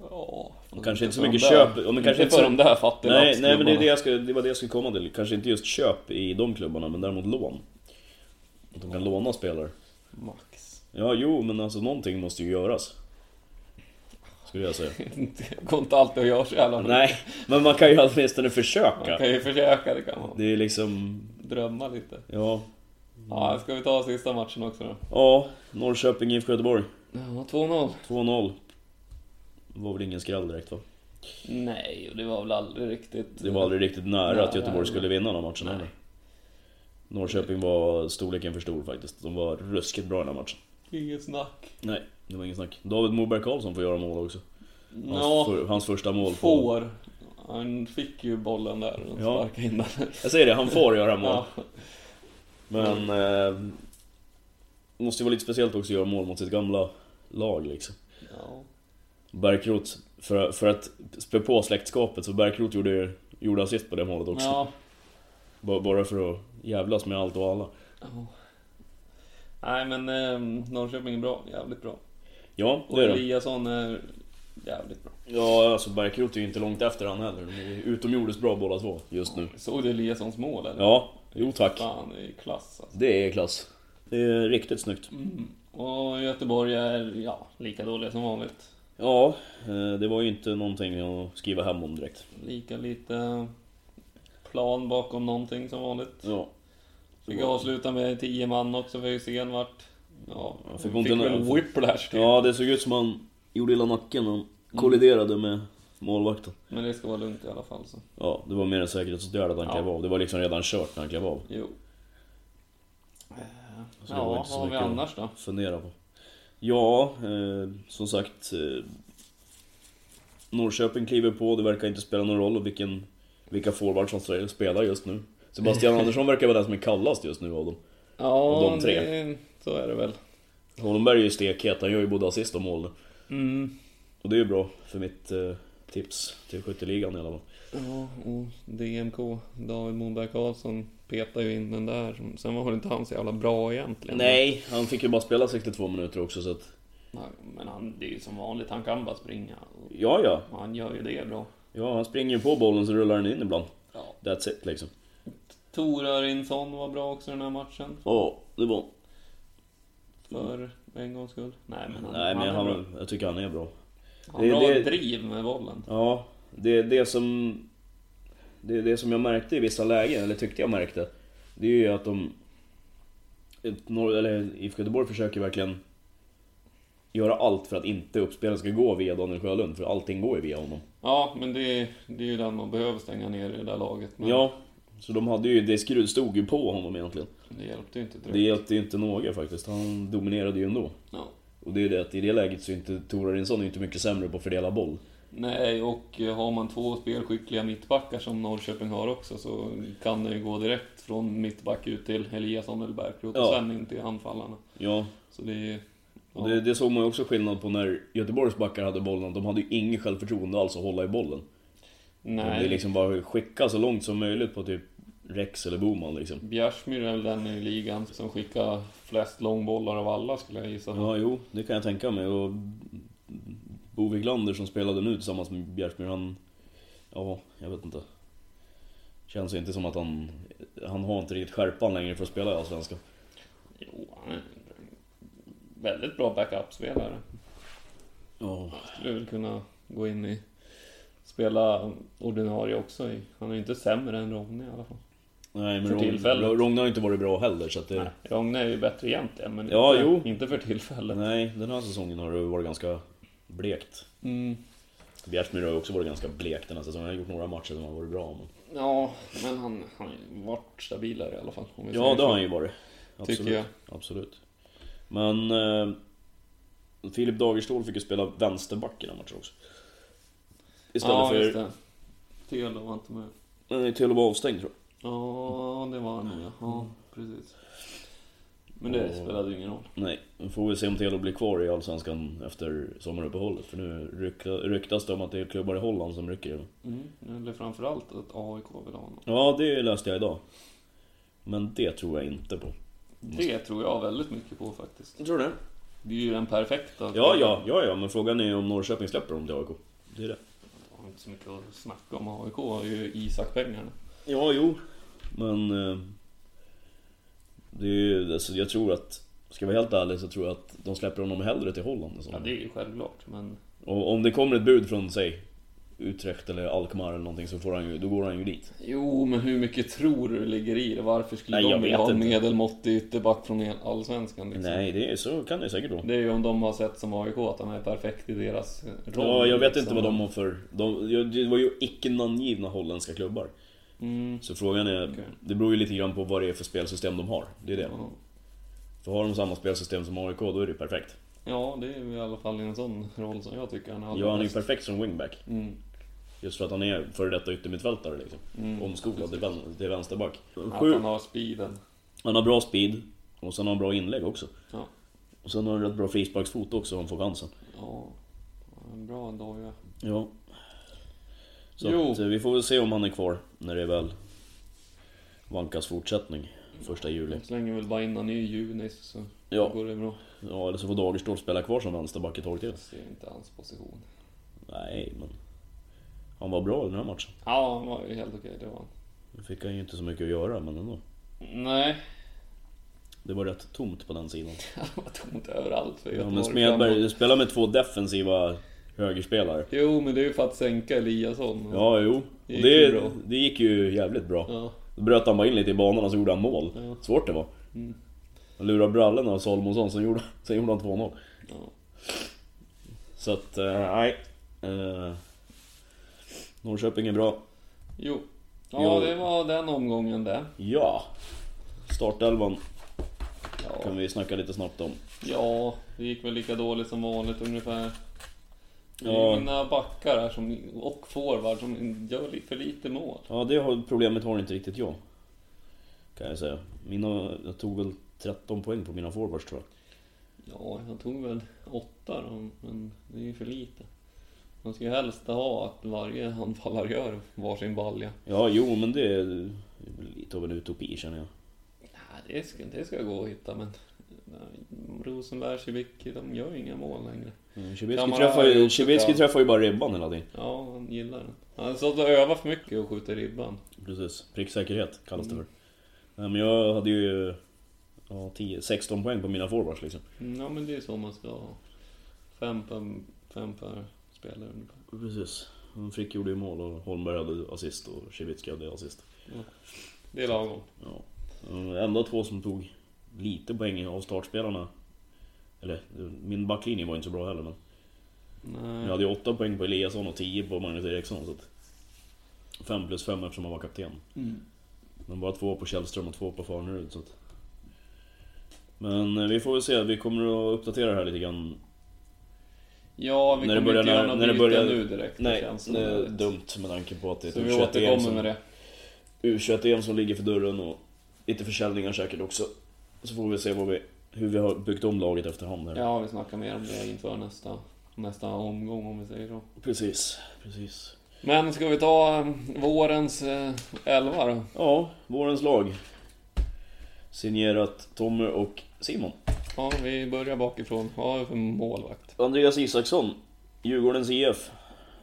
B: Ja,
C: Och kanske inte så
B: för
C: mycket
B: de där-
C: köp, och men
B: inte
C: kanske inte
B: för
C: så-
B: de där
C: Nej, nej men det, är det,
B: fattigdomsklubbarna.
C: jag skulle, det var det jag skulle komma till. Kanske inte just köp i de klubbarna, men däremot lån. Att de kan låna spelare.
B: Max.
C: Ja, jo, men alltså någonting måste ju göras. Skulle jag säga.
B: Det går inte alltid att göra så jävla bra.
C: Nej, men man kan ju åtminstone
B: Man
C: försöka.
B: kan ju försöka, det kan man.
C: Det är liksom,
B: Drömma lite.
C: ja...
B: Ja, ska vi ta sista matchen också då?
C: Ja, Norrköping, IFK Göteborg.
B: Ja, 2-0.
C: 2-0. Det var väl ingen skräll direkt va?
B: Nej, och det var väl aldrig riktigt...
C: Det var aldrig riktigt nära att
B: Nej,
C: Göteborg
B: nej.
C: skulle vinna den här matchen
B: Nej.
C: heller. Norrköping var storleken för stor faktiskt. De var ruskigt bra i den här matchen.
B: Inget snack.
C: Nej, det var ingen snack. David Moberg Karlsson får göra mål också. Hans,
B: Ja,
C: för, hans första mål. På,
B: får. Han fick ju bollen där och
C: Ja.
B: sparkade in den.
C: jag säger det, han får göra mål.
B: Ja.
C: Men... Eh, måste ju vara lite speciellt också att göra mål mot sitt gamla lag liksom.
B: Ja.
C: Bärkroth, för, för att spä på släktskapet, så Bärkroth gjorde, gjorde assist på det målet också.
B: ja.
C: Bara, bara för att jävlas med allt och alla.
B: Oh. Nej men eh, Norrköping är bra, jävligt bra.
C: Ja,
B: Och
C: det är de.
B: Eliasson är jävligt bra.
C: Ja, alltså Berkerot är ju inte långt efter han heller. De är utomjordiskt bra båda två just nu.
B: Såg du Eliassons mål eller?
C: Ja, jo tack.
B: Fan, det är klass alltså.
C: Det är klass. Det är riktigt snyggt.
B: Och Göteborg är, ja, lika dåliga som vanligt.
C: Ja, eh, det var ju inte någonting att skriva hem om direkt.
B: Lika lite plan bakom någonting som vanligt.
C: Ja.
B: Fick avsluta med 10 man också, Höjsén vart... Ja,
C: Ja, fick
B: fick,
C: ont i
B: väl
C: nerven.
B: whiplash till.
C: ja, det såg ut som han gjorde illa nacken och kolliderade med målvakten.
B: Men det ska vara lugnt i alla fall så.
C: Ja, det var mer en säkerhetsåtgärd att han
B: Ja.
C: klev av. Det var liksom redan kört när han klev av.
B: Jo.
C: Så det
B: Ja,
C: var
B: vad
C: inte så
B: har vi
C: mycket
B: annars då?
C: att Fundera på. Ja, eh, som sagt. Eh, Norrköping kliver på. Det verkar inte spela någon roll vilken, vilka forwards som spelar just nu. Sebastian Andersson verkar vara den som är kallast just nu av dem.
B: Ja,
C: Och de tre.
B: Det, så är det väl.
C: Holmberg är ju stekhet, han gör ju både assist och mål nu. Mm. Och det är ju bra för mitt eh, tips till skytteligan i alla fall.
B: Ja, och DMK, David Moberg Karlsson, petade ju in den där. som- Sen var väl inte han så jävla bra egentligen.
C: Nej, han fick ju bara spela 62 minuter också så att...
B: Nej, Men han, det är ju som vanligt, han kan bara springa. Och
C: Ja, ja.
B: Han gör ju det bra.
C: Ja, han springer ju på bollen så rullar den in ibland.
B: Ja.
C: That's it liksom.
B: Tor Örinsson var bra också den här matchen.
C: Ja, det var...
B: För en gångs skull. Nej men han,
C: Nej men
B: han, är bra.
C: han, jag tycker han är bra.
B: han har bra
C: det-
B: driv med bollen.
C: Ja, det är det som... Det, är det som jag märkte i vissa lägen, eller tyckte jag märkte. Det är ju att de... ett Norr, eller IFK Göteborg försöker verkligen göra allt för att inte uppspelen ska gå via Daniel Sjölund, för allting går ju via honom.
B: Ja, men det, det är ju den man behöver stänga ner i det där laget. Men
C: Ja, så de hade ju, det skruv, stod ju på honom egentligen.
B: det hjälpte ju inte direkt.
C: Det hjälpte ju inte några faktiskt, han dominerade ju ändå.
B: Ja.
C: Och det är ju det att i det läget så är inte Torarinsson är ju inte mycket sämre på att fördela boll.
B: Nej, och har man två spelskickliga mittbackar som Norrköping har också så kan det ju gå direkt från mittback ut till Eliasson eller Bärkroth och
C: Ja.
B: sen in till anfallarna.
C: Ja,
B: Så det är
C: Och det, det såg man ju också skillnad på när Göteborgs backar hade bollen, de hade ju inget självförtroende alls att hålla i bollen.
B: Nej,
C: Det är liksom bara skicka så långt som möjligt på typ Rex eller Boman liksom.
B: Bjärsmyr är väl den i ligan som skickar flest långbollar av alla skulle jag gissa.
C: Ja, jo, det kan jag tänka mig. Och Bo Wiklander som spelade nu tillsammans med Bjärsmyr, han... Ja, jag vet inte. Känns ju inte som att han... Han har inte riktigt skärpan längre för att spela i Allsvenskan.
B: Jo, han är en väldigt bra backup-spelare.
C: Ja,
B: Skulle väl kunna gå in i... Spela ordinarie också i. Han är ju inte sämre än Rogne i alla fall.
C: nej men
B: För tillfället.
C: Rogn- Rogne har ju inte varit bra heller så att det...
B: Nej, Rogne är ju bättre egentligen, men
C: Ja,
B: inte,
C: jo.
B: inte för tillfället.
C: Nej, den här säsongen har det varit ganska blekt.
B: Mm.
C: Bjärsmyr har ju också varit ganska blek den här säsongen. Han har gjort några matcher som har varit bra. Men...
B: Ja, men han han har ju varit stabilare i alla fall. Om vi
C: Ja,
B: säger
C: det
B: så.
C: har han ju varit. Absolut.
B: Tycker jag.
C: Absolut. Men... Eh, Filip Dagerstål fick ju spela vänsterback i den här matchen också. Istället
B: Ja, just
C: för...
B: det. Telo var inte med.
C: Nej, Till och var avstängd tror jag.
B: Ja, det var han nog ja. ja. precis. Men det spelade ju ingen roll.
C: Nej, nu får vi se om Telo blir kvar i Allsvenskan efter sommaruppehållet. För nu rykta- ryktas det om att det är klubbar i Holland som rycker i honom.
B: Mm. Eller framförallt att AIK vill ha honom.
C: Ja, det läste jag idag. Men det tror jag inte på.
B: Det tror jag väldigt mycket på faktiskt.
C: Tror du det?
B: Det är ju den perfekta.
C: Ja, ja, ja, ja, men frågan är om Norrköping släpper dem till AIK. Det är det.
B: Jag har inte så mycket att snacka om. AIK har ju Isak-pengarna.
C: Ja, jo. Men... eh, Det är ju, alltså jag tror att... Ska jag vara helt ärlig så tror jag att de släpper honom hellre till Holland. Och
B: Ja,
C: sånt.
B: det är ju självklart, men...
C: och om det kommer ett bud från, säg, Utrecht eller Alkmaar eller någonting så får han ju, då går han ju dit.
B: Jo, men hur mycket tror du ligger i det? Varför skulle
C: Nej, jag
B: de vilja
C: vet
B: ha en
C: inte.
B: medelmåttig ytterback från allsvenskan liksom?
C: Nej, det är, så kan det ju säkert vara.
B: Det är ju om de har sett som AIK att han är perfekt i deras roll.
C: Ja, jag vet
B: liksom.
C: inte vad de har för... De, ja, det var ju icke namngivna holländska klubbar. Så frågan är...
B: Mm. Okej.
C: Det beror ju lite grann på vad det är för spelsystem de har. Det är det.
B: Ja.
C: För har de samma spelsystem som AIK, då är det ju perfekt.
B: Ja, det är ju i alla fall en sån roll som jag tycker han har.
C: Ja, han är ju
B: bäst.
C: perfekt som wingback.
B: Mm.
C: Just för att han är före detta yttermittfältare liksom. Omskolad till, vän, till vänsterback.
B: Att
C: Sju.
B: han har speeden.
C: Han har bra speed, och sen har han bra inlägg också.
B: Ja.
C: Och sen har han rätt bra frisparksfot också om han får chansen.
B: ja. Ja, en Bra doja.
C: Ja. Så
B: Jo.
C: att, eh, vi får väl se om han är kvar när det är väl Vankas fortsättning första juli.
B: Slänger väl bara in någon ny i juni så
C: Ja.
B: går det bra.
C: Ja, eller så får Dagerstål spela kvar som vänsterback ett tag till.
B: Jag ser inte hans position.
C: Nej, men... Han var bra i den här matchen.
B: Ja, han var ju helt okej, det var han.
C: Nu fick han ju inte så mycket att göra, men ändå.
B: Nej,
C: Det var rätt tomt på den sidan.
B: det var tomt överallt för
C: Ja,
B: Göteborg.
C: men Smedberg
B: framåt.
C: du spelar med två defensiva högerspelare.
B: Jo, men det är ju för att sänka Eliasson.
C: Ja, jo.
B: Det
C: Och
B: gick
C: det,
B: ju bra.
C: det gick ju jävligt bra.
B: Ja.
C: Då bröt han bara in lite i banan och så gjorde han mål. Svårt det var.
B: Mm.
C: Han lurade brallorna av Salomonsson, sen gjorde, sen gjorde han 2-0.
B: Ja.
C: Så att, eh, nej. Eh, Norrköping är bra.
B: Jo. Ja,
C: Jo.
B: det var den omgången där.
C: Ja! Startelvan
B: Ja.
C: kan vi snacka lite snabbt om.
B: ja, det gick väl lika dåligt som vanligt ungefär. Det är
C: Ja.
B: Mina backar här som, och forward som gör li- för lite mål.
C: Ja, det har, problemet har inte riktigt jag. Kan jag säga. Mina, jag tog väl 13 poäng på mina forwards tror jag.
B: Ja, jag tog väl åtta då, men det är ju för lite. Man ska ju helst ha att varje anfallare gör varsin balja.
C: Ja, jo men det är lite av en utopi känner jag.
B: Ja, det, ska, det ska gå att hitta, men nej, Rosenberg, Cibicki, de gör ju inga mål längre.
C: Mm, Chibinski
B: Kamara
C: träffar,
B: är ju
C: ju-
B: också
C: Chibinski
B: bra.
C: träffar ju bara ribban hela tiden.
B: Ja, han gillar den. Han har stått och övat för mycket och skjutit ribban.
C: Precis, pricksäkerhet kallas det för. Nej, men jag hade ju ja, 10, 16 poäng på mina forwards liksom.
B: Mm, Ja, men det är så man ska ha. Fem per, fem per spelare ungefär.
C: Precis. Men Frick gjorde ju mål och Holmberg hade assist och Cibicki hade assist.
B: Det är lagom.
C: Ja. Eh, Enda två som tog lite poäng av startspelarna. Eller eh, min backlinje var ju inte så bra heller men. Jag
B: Nej,
C: hade ju 8 poäng på Eliasson och 10 på Magnus Eriksson. Så att 5 plus 5 eftersom han var kapten.
B: Mm.
C: Men bara två på Källström och två på Farnerud. Så att... Men eh, vi får väl se, vi kommer att uppdatera det här lite grann.
B: ja, vi
C: När det
B: kommer
C: börjar-
B: inte göra något
C: när det
B: byte
C: börjar-
B: nu direkt.
C: Nej,
B: det känns som
C: det är
B: det.
C: dumt med tanke på att det är
B: Så vi
C: ett U21-EM
B: återkommer med
C: som,
B: det.
C: U21 som ligger för dörren och lite försäljningar säkert också. Så får vi se vad vi, hur vi har byggt om laget efterhand. Här.
B: Ja, vi snackar mer om det inför nästa, nästa omgång om vi säger så.
C: Precis, precis.
B: Men ska vi ta eh, vårens eh, elva då?
C: Ja, vårens lag. Signerat Tommy och Simon.
B: Ja, vi börjar bakifrån. Vad har vi för målvakt?
C: Andreas Isaksson, Djurgårdens IF.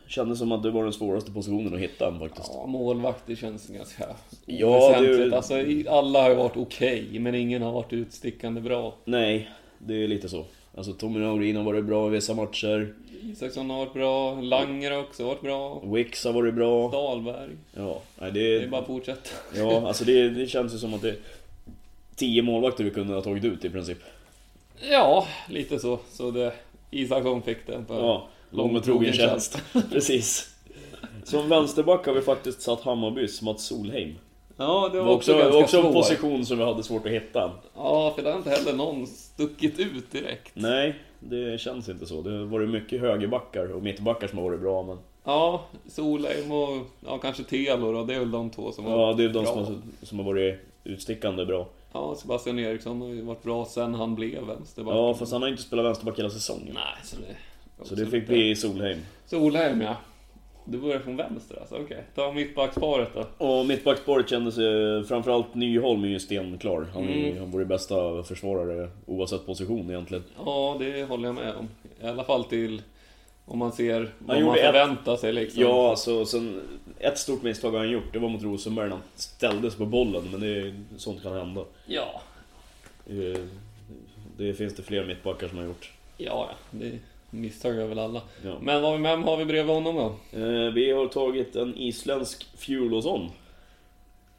C: Kändes som att det var den svåraste positionen att hitta han faktiskt.
B: Ja, målvakt, det känns ganska
C: Ja,
B: oväsentligt.
C: det-
B: Alltså, i- alla har ju varit okej, men ingen har varit utstickande bra.
C: Nej, det är lite så. Alltså Tommy Naurin har varit bra i vissa matcher.
B: Isaksson har varit bra, Langer har också varit bra,
C: Wicks har varit bra.
B: Dahlberg.
C: Ja, nej,
B: Det
C: det,
B: är bara att fortsätta.
C: ja, alltså det, det känns ju som att det... Tio målvakter du kunde ha tagit ut i princip.
B: Ja, lite så. Så det... Isaksson fick den för...
C: Ja, lång och trogen tjänst. Precis. Som vänsterback har vi faktiskt satt Hammarbys Mats Solheim.
B: Ja, det
C: Det
B: var
C: var
B: också,
C: också,
B: ganska
C: också en
B: svår.
C: position som vi hade svårt att hitta.
B: Ja, för det har inte heller någon stuckit ut direkt.
C: Nej, det känns inte så. Det har varit mycket högerbackar och mittbackar som har varit bra, men...
B: Ja, Solheim och ja, kanske Telo då, det är väl de två som har
C: Ja, det är de
B: bra.
C: som har, som har varit utstickande bra.
B: Ja, Sebastian Eriksson har ju varit bra sen han blev vänsterback.
C: Ja, fast han har inte spelat vänsterback hela säsongen.
B: Nej, så det...
C: Så det fick bli Solheim.
B: Solheim ja. Du börjar från vänster alltså, okej. Ta mittbacksparet då.
C: Och mittbacksparet kändes eh, framförallt Nyholm är ju stenklar. Han, mm. han var ju bästa försvarare oavsett position egentligen.
B: Ja, det håller jag med om. I alla fall till om man ser vad man
C: gjorde ett-
B: förväntar sig liksom.
C: Ja, alltså sen, ett stort misstag har han gjort. Det var mot Rosenberg när han ställdes på bollen, men det, är- sånt kan hända.
B: Ja,
C: Eh, Det finns det fler mittbackar som har gjort.
B: ja, ja. Det misstag gör väl alla.
C: Ja.
B: Men vad, vem har vi bredvid honom då?
C: Eh, Vi har tagit en isländsk Fjulosson.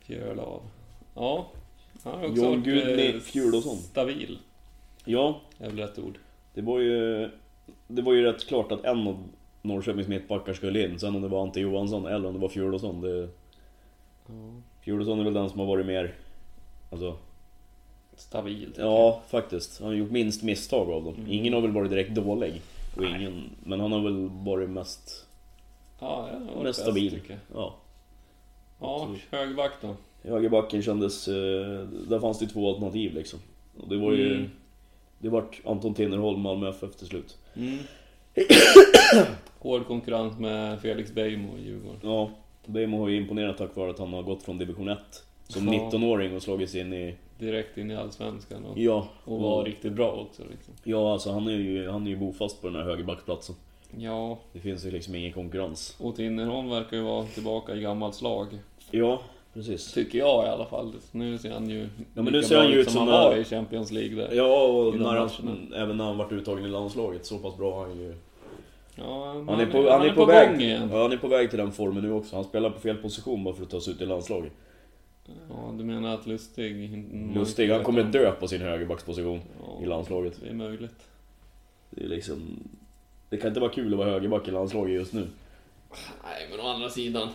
B: Fjöl av. Ja. Han har också
C: John
B: varit,
C: Gudni
B: eh,
C: Fjulosson.
B: Stabil,
C: Ja,
B: är väl rätt ord.
C: det var ju... Det var ju rätt klart att en av Norrköpings mittbackar skulle in. Sen om det var Ante Johansson eller om det var Fjulosson, det... Fjulosson är väl den som har varit mer... Alltså,
B: Stabil. tycker
C: ja faktiskt. Han har gjort minst misstag av
B: Mm.
C: dem. Ingen har väl varit direkt dålig. Och ingen, men han har väl varit mest,
B: jag. Ja, ja, det var
C: mest
B: bäst,
C: stabil.
B: tycker jag.
C: Ja.
B: Ja,
C: Absolut.
B: högerback då.
C: Högerbacken kändes... eh, Där fanns det två alternativ liksom. Och det var ju...
B: Mm.
C: Det vart Anton Tinnerholm, Malmö FF till slut.
B: Hård konkurrens med Felix Beijmo i Djurgården.
C: Ja, Bejmo har ju imponerat tack vare att han har gått från division 1 som
B: Ja.
C: 19-åring och slagit sig in i...
B: Direkt in i Allsvenskan och,
C: Ja,
B: och var riktigt bra också liksom.
C: ja alltså han är, ju, han är ju bofast på den här högerbackplatsen.
B: Ja,
C: Det finns ju liksom ingen konkurrens.
B: och Tinnerholm verkar ju vara tillbaka i gammalt slag.
C: Ja, precis.
B: Tycker jag i alla fall. Nu ser han ju
C: Ja, men nu
B: lika
C: ser han
B: bra
C: ju
B: ut
C: ut
B: som han
C: som en-
B: var i Champions League där.
C: Ja, och
B: I de
C: när han,
B: matcherna.
C: även när han varit uttagen i landslaget, så pass bra har han ju.
B: Ja, han,
C: Han är på, han är på,
B: gång
C: väg,
B: igen.
C: ja, han är på väg till den formen nu också. Han spelar på fel position bara för att ta sig ut i landslaget.
B: Ja, du menar att Lustig...
C: Lustig, han kommer dö på sin högerbacksposition
B: Ja.
C: i landslaget.
B: Det är möjligt.
C: Det är liksom... Det kan inte vara kul att vara högerback i landslaget just nu.
B: Nej, men å andra sidan.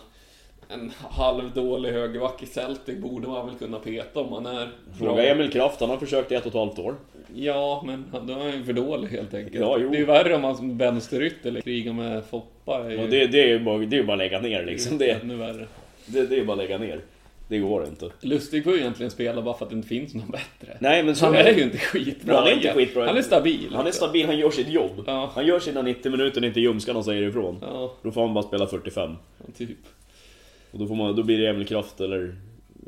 B: En halvdålig högerback i Celtic borde man väl kunna peta om man är
C: Fråga Emil Kraft, han har försökt i ett och ett halvt år.
B: Ja, men han- då är han ju för dålig helt enkelt.
C: Ja, jo.
B: Det är ju värre om man som vänsterytter liksom krigar med Foppa. Är ju
C: Och det, det är ju bara, det är ju bara att lägga ner liksom. Det,
B: Ännu värre.
C: det, det är bara att lägga ner. Det går inte.
B: Lustig får ju egentligen spela bara för att det inte finns någon bättre.
C: Nej men så
B: han är ju inte skitbra.
C: Han är inte skitbra.
B: Han är stabil. liksom.
C: Han är stabil, han gör sitt jobb.
B: Ja.
C: Han gör sina 90 minuter när inte ljumskarna säger ifrån.
B: Ja,
C: Då får han bara spela 45.
B: typ.
C: Och då, får man, då blir det Emil Kraft eller...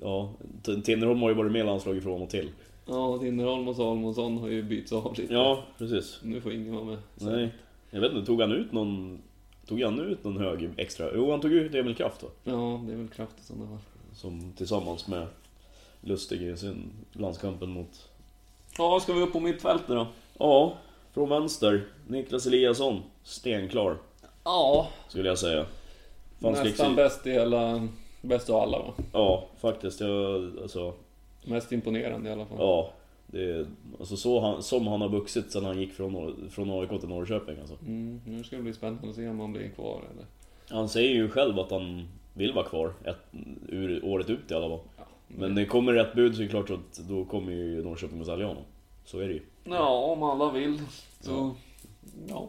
C: Ja, T- Tinnerholm har ju varit med i landslaget från och till.
B: Ja, Tinnerholm och Salomonsson har ju bytts av lite.
C: Ja, precis.
B: Nu får ingen vara med.
C: Nej. Jag vet inte, tog han ut någon... Tog han ut någon hög extra? Jo, han tog ut Emil Kraft då.
B: Ja, det är väl kraft i sådana fall.
C: Som tillsammans med Lustig i sin landskampen mot...
B: Ja, ska vi upp på mittfältet då?
C: Ja, från vänster. Niklas Eliasson. Stenklar,
B: Ja,
C: skulle jag säga. Fanns
B: nästan
C: liksom...
B: bäst i hela... Bäst av alla va?
C: Ja, faktiskt. Jag, alltså,
B: Mest imponerande i alla fall.
C: ja. Det, är- alltså så han, som han har vuxit sedan han gick från, Nor- från AIK till Norrköping alltså.
B: Mm, nu ska det bli spännande att se om han blir kvar eller...
C: Han säger ju själv att han vill vara kvar, ett, ur, året ut i alla fall. Men det kommer rätt bud så är det klart att då kommer ju Norrköping att sälja honom. Så är det ju.
B: Ja, om alla vill. Så... Ja.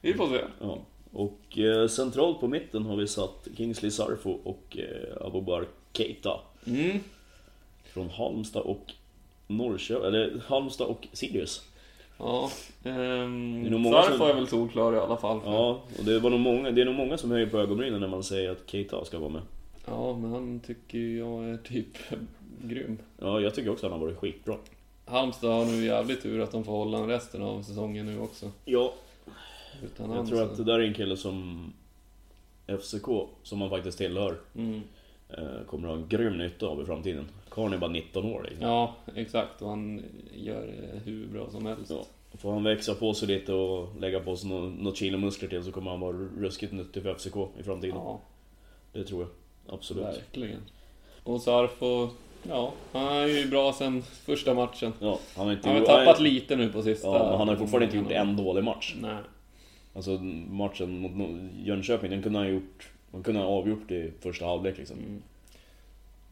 B: Vi får se.
C: Ja. Och eh, centralt på mitten har vi satt Kingsley Sarfo och eh, Aboubar Keita.
B: Mm.
C: Från Halmstad och Norrköping, eller Halmstad och Sirius.
B: Ja.
C: Det är nog
B: Ehm,
C: många som-
B: Sarfo är väl solklar i alla fall. för-
C: Ja, och det, var nog många, det är nog många som höjer på ögonbrynen när man säger att Keita ska vara med.
B: ja, men han tycker ju jag är typ grym.
C: Ja, jag tycker också att han har varit skitbra.
B: Halmstad har nu jävligt tur att de får hålla han resten av säsongen nu också.
C: Ja,
B: Utan
C: jag
B: han
C: tror
B: så-
C: att det där är en kille som FCK, som han faktiskt tillhör,
B: Mm.
C: eh, kommer att ha en grym nytta av i framtiden. Karln är bara 19 år liksom.
B: Ja, exakt. Och han gör det hur bra som helst.
C: Ja. Får han växa på sig lite och lägga på sig nå- något kilo muskler till så kommer han vara ruskigt nyttig för FCK i framtiden.
B: Ja,
C: Det tror jag. Absolut.
B: verkligen. Och Sarfo, ja, han är ju bra sen första matchen.
C: Ja, han har inte
B: Han har
C: gjort-
B: tappat
C: han-
B: lite nu på sista.
C: Ja, men han har fortfarande inte gjort en dålig match.
B: Nej.
C: Alltså matchen mot Nor- Jönköping, den kunde han ha gjort... Man kunde ha avgjort i första halvlek liksom.
B: Mm.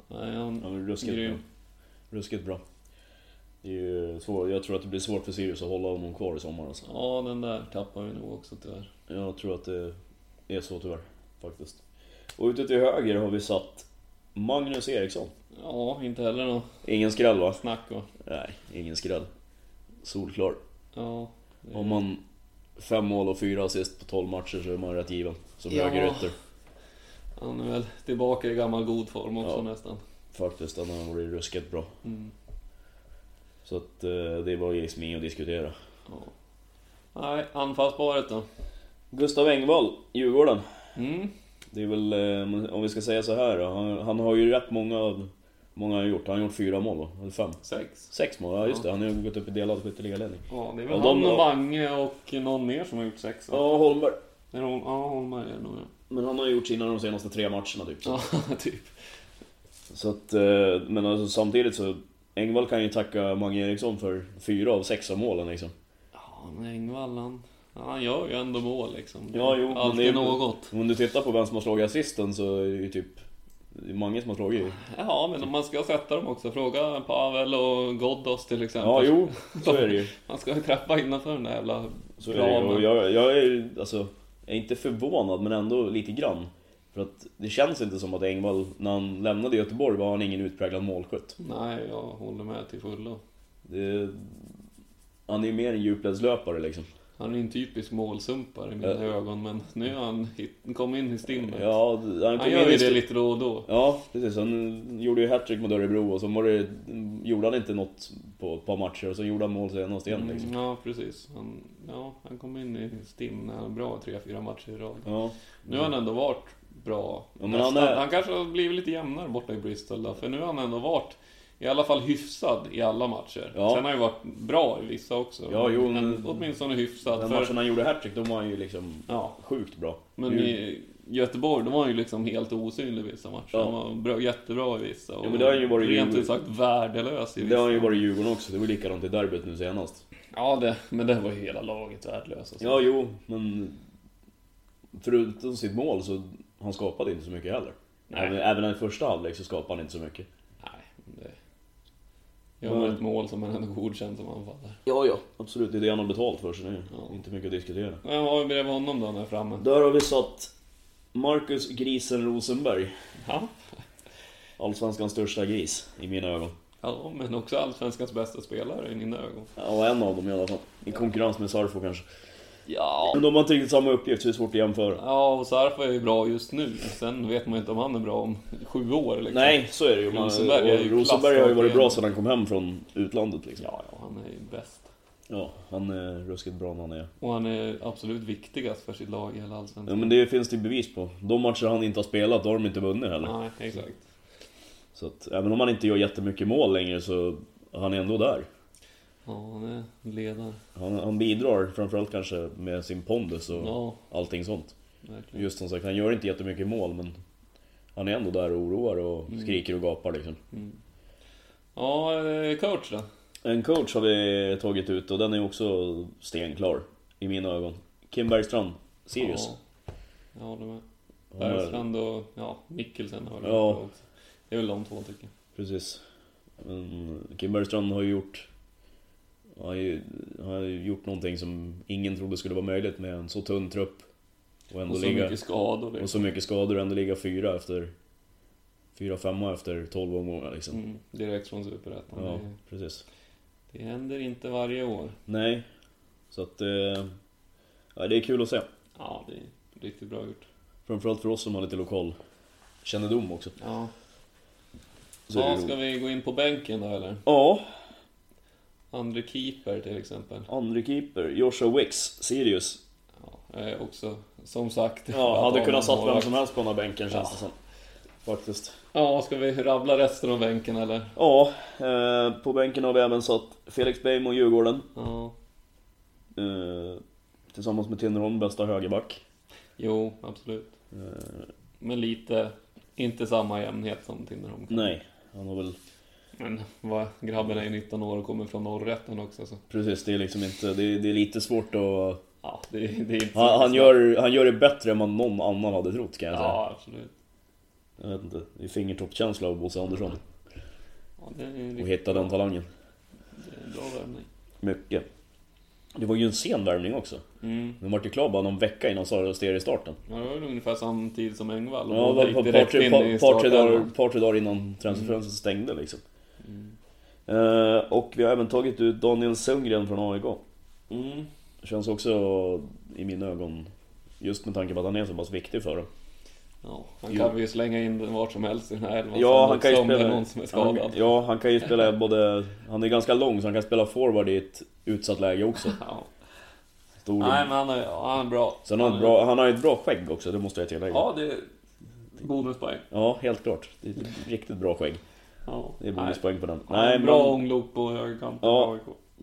B: Nej,
C: Ja,
B: han...
C: men ruskigt
B: Grym.
C: bra. Ruskigt bra. Det är ju svår, jag tror att det blir svårt för Sirius att hålla honom kvar i sommar alltså.
B: Ja, den där tappar vi nog också tyvärr.
C: Jag tror att det är så tyvärr, faktiskt. Och ute till höger har vi satt Magnus Eriksson.
B: Ja, inte heller något
C: Ingen skräll va?
B: snack va?
C: Nej, ingen skräll. Solklar.
B: Ja. det-
C: Om man fem mål och fyra assist på 12 matcher så är man rätt given. Som
B: Ja.
C: högerytter.
B: Han är väl tillbaka i gammal god form också
C: Ja.
B: nästan.
C: Faktiskt, han har varit ruskigt bra.
B: Mm.
C: Så att eh, det var liksom inget att diskutera.
B: Ja. Nej, anfallsparet då.
C: Gustav Engvall, Djurgården.
B: Mm.
C: Det är väl, eh, om vi ska säga så här då. Han, han har ju rätt många, många han har gjort. Han har gjort fyra mål va? Eller fem?
B: Sex.
C: Sex mål, ja just det. Han har ju gått upp i delad skytteligaledning.
B: Ja, det är
C: Ja,
B: väl
C: de-
B: han och Mange och någon mer som har gjort sex va?
C: Ja, Holmberg.
B: Är det hon- Ja, Holmberg är det nog ja.
C: Men han har ju gjort sina de senaste tre matcherna typ.
B: Ja, typ.
C: Så att, eh, men alltså, samtidigt så, Engvall kan ju tacka Mange Eriksson för fyra av sex av målen liksom.
B: Ja, men Engvall han... ja, Han gör ju ändå mål liksom.
C: Ja, jo, men
B: Alltid
C: det är-
B: något.
C: Om du tittar på vem som har slagit assisten så är det ju typ det är Mange som har slagit ju.
B: Ja, men om man ska sätta dem också. Fråga Pavel och Ghoddos till exempel.
C: Ja, jo, så är det ju.
B: Man ska ju trappa innanför den där jävla
C: Så är det ju. Och
B: planen.
C: jag, jag är ju, alltså, jag är inte förvånad men ändå lite grann. För att det känns inte som att Engvall, när han lämnade Göteborg var han ingen utpräglad målskytt.
B: Nej, jag håller med till fullo.
C: Det, han är ju mer en djupledslöpare liksom.
B: Han är en typisk målsumpare i mina
C: Ja.
B: ögon, men nu har han hit, kom in i stimmet.
C: Ja, han kom
B: han
C: in
B: gör ju
C: i
B: det
C: sti-
B: lite då och då.
C: Ja, precis. Han gjorde ju hattrick mot Örebro och så var det, gjorde han inte något på ett par matcher och så gjorde han mål senast igen liksom.
B: Mm, ja, precis. Han, ja, han kom in i stim när han är bra tre, fyra matcher i rad.
C: Ja.
B: Nu har han ändå varit bra.
C: Ja, men
B: Nästan.
C: han
B: han,
C: är-
B: kanske har blivit lite jämnare borta i Bristol då, för nu har han ändå varit i alla fall hyfsad i alla matcher.
C: Ja.
B: Sen har han ju varit bra i vissa också.
C: Ja, jo,
B: men
C: men-
B: åtminstone hyfsad.
C: Den
B: för-
C: matchen han gjorde hattrick, då var han ju liksom
B: Ja.
C: sjukt bra.
B: Men
C: Ju-
B: i Göteborg, då var han ju liksom helt osynlig i vissa matcher.
C: Ja.
B: Han var bra, jättebra i vissa. Och
C: Ja, men det har han ju varit
B: rent
C: ju-
B: ut sagt värdelös i
C: Det
B: vissa.
C: har han ju varit i Djurgården också, det var likadant i derbyt nu senast.
B: Ja, det, men det var ju hela laget alltså. värdelösa.
C: Ja, jo, men... Förutom sitt mål så, han skapade inte så mycket heller.
B: Nej.
C: Även, även i första halvlek så skapade han inte så mycket.
B: Nej, men det... Gör man
C: Men-
B: ett mål som man ändå godkänt som anfallare.
C: Ja, ja. Absolut, det är det han har betalt för, så det är inte mycket att diskutera.
B: Vem har vi bredvid honom då, där framme?
C: Där har vi satt Marcus Grisen Rosenberg.
B: Ja.
C: Allsvenskans största gris, i mina ögon.
B: ja, men också allsvenskans bästa spelare i mina ögon.
C: Ja, en av dem i alla fall. I konkurrens med Sarfo kanske.
B: Ja.
C: Men de har inte riktigt samma uppgift, så det är svårt att jämföra.
B: Ja, och Sarfo är ju bra just nu. Sen vet man ju inte om han är bra om sju år liksom.
C: Nej, så är det ju. Man,
B: Rosenberg är ju
C: och Rosenberg har ju varit
B: klasskamp
C: bra
B: igen.
C: sedan han kom hem från utlandet liksom.
B: Ja, ja, han är ju bäst.
C: Ja, han är ruskigt bra när han är.
B: Och han är absolut viktigast för sitt lag i hela
C: Ja,
B: Allsvenskan.
C: men det finns det ju bevis på. De matcher han inte har spelat, då har de inte vunnit heller.
B: Nej, exakt.
C: Så att, även om han inte gör jättemycket mål längre så han är ändå där.
B: Ja, han är ledare.
C: Han, han bidrar framförallt kanske med sin pondus och
B: Ja,
C: allting sånt.
B: verkligen.
C: Just som sagt, han gör inte jättemycket mål men han är ändå där och oroar och
B: Mm.
C: skriker och gapar liksom.
B: Ja, eh, coach då?
C: En coach har vi tagit ut och den är också stenklar i mina ögon. Kim Bergstrand, Sirius.
B: Ja, jag håller med.
C: Han är-
B: Bergstrand och ja, Mikkelsen har väl
C: Ja.
B: varit bra också. Det är väl de två tycker jag.
C: Precis. Men Kim Bergstrand har ju gjort... Han har ju, han har ju gjort någonting som ingen trodde skulle vara möjligt med en så tunn trupp. Och ändå
B: Och så
C: ligga...
B: mycket skador.
C: och
B: Liksom.
C: så mycket skador och ändå ligga fyra efter... Fyra, femma efter tolv omgångar liksom.
B: Mm, direkt från Superettan.
C: Ja,
B: Det,
C: precis.
B: det händer inte varje år.
C: Nej. Så att... Eh, ja, det är kul att se.
B: Ja, det är riktigt bra gjort.
C: Framförallt för oss som har lite lokal kännedom också.
B: Ja.
C: Så är det
B: ska
C: roligt.
B: vi gå in på bänken då eller?
C: Ja,
B: Andre keeper till exempel.
C: andre keeper. Joshua Wicks, Sirius.
B: Ja, eh, också, som sagt.
C: Ja, hade kunnat satt vem
B: målvakt.
C: som helst på den här bänken känns det som. Faktiskt.
B: Ja, ska vi rabbla resten av bänken eller?
C: Ja, eh, på bänken har vi även satt Felix Beijmo, Djurgården.
B: Ja.
C: Eh, tillsammans med Tinnerholm, bästa högerback.
B: Jo, absolut.
C: Eh.
B: Men lite, inte samma jämnhet som Tinnerholm.
C: Nej, han har väl...
B: Men vad, grabben är ju 19 år och kommer från Norrrätten också. Så.
C: Precis, det är liksom inte... Det är, det är lite svårt att...
B: Ja, det, det är inte så
C: Han, han,
B: snabbt.
C: gör, han gör det bättre än vad någon annan hade trott kan jag säga.
B: Ja, absolut.
C: Jag vet inte, det är fingertoppskänsla av Bosse Andersson.
B: Ja, det är en
C: Och
B: riktigt
C: hitta den talangen.
B: det är en bra värvning.
C: Mycket. Det var ju en sen värvning också.
B: Mm.
C: Den vart ju klar bara någon vecka innan Sara Ster i starten.
B: Ja, det var väl ungefär samtidigt som Engvall.
C: Ja,
B: Och
C: det
B: gick
C: var ett par,
B: direkt
C: tre,
B: in
C: par,
B: i
C: par, tre dagar,
B: startelvan.
C: par, tre dagar innan transferfönstret stängde liksom.
B: Mm.
C: Eh, och vi har även tagit ut Daniel Sundgren från AIK.
B: Mm.
C: Känns också i mina ögon, just med tanke på att han är så pass viktig för dem.
B: Ja, han
C: Jo.
B: kan ju slänga in den vart som helst i den här elvan.
C: Ja,
B: sen
C: han kan ju
B: också om det är
C: spela...
B: någon som är skadad.
C: han,
B: Ja.
C: ja, han kan ju spela både... Han är ganska lång så han kan spela forward i ett utsatt läge också. Stor.
B: Nej, men han är, ja, han är bra.
C: Sen har han, ett bra, han har ett bra skägg också, det måste jag tillägga. Ja,
B: Ja, det är bonuspoäng.
C: helt klart. Det är ett riktigt bra skägg.
B: Ja.
C: Det är bonuspoäng på den.
B: Nej,
C: Nej,
B: Nej, bra
C: men-
B: ånglok på högerkanten.
C: Ja.
B: AIK.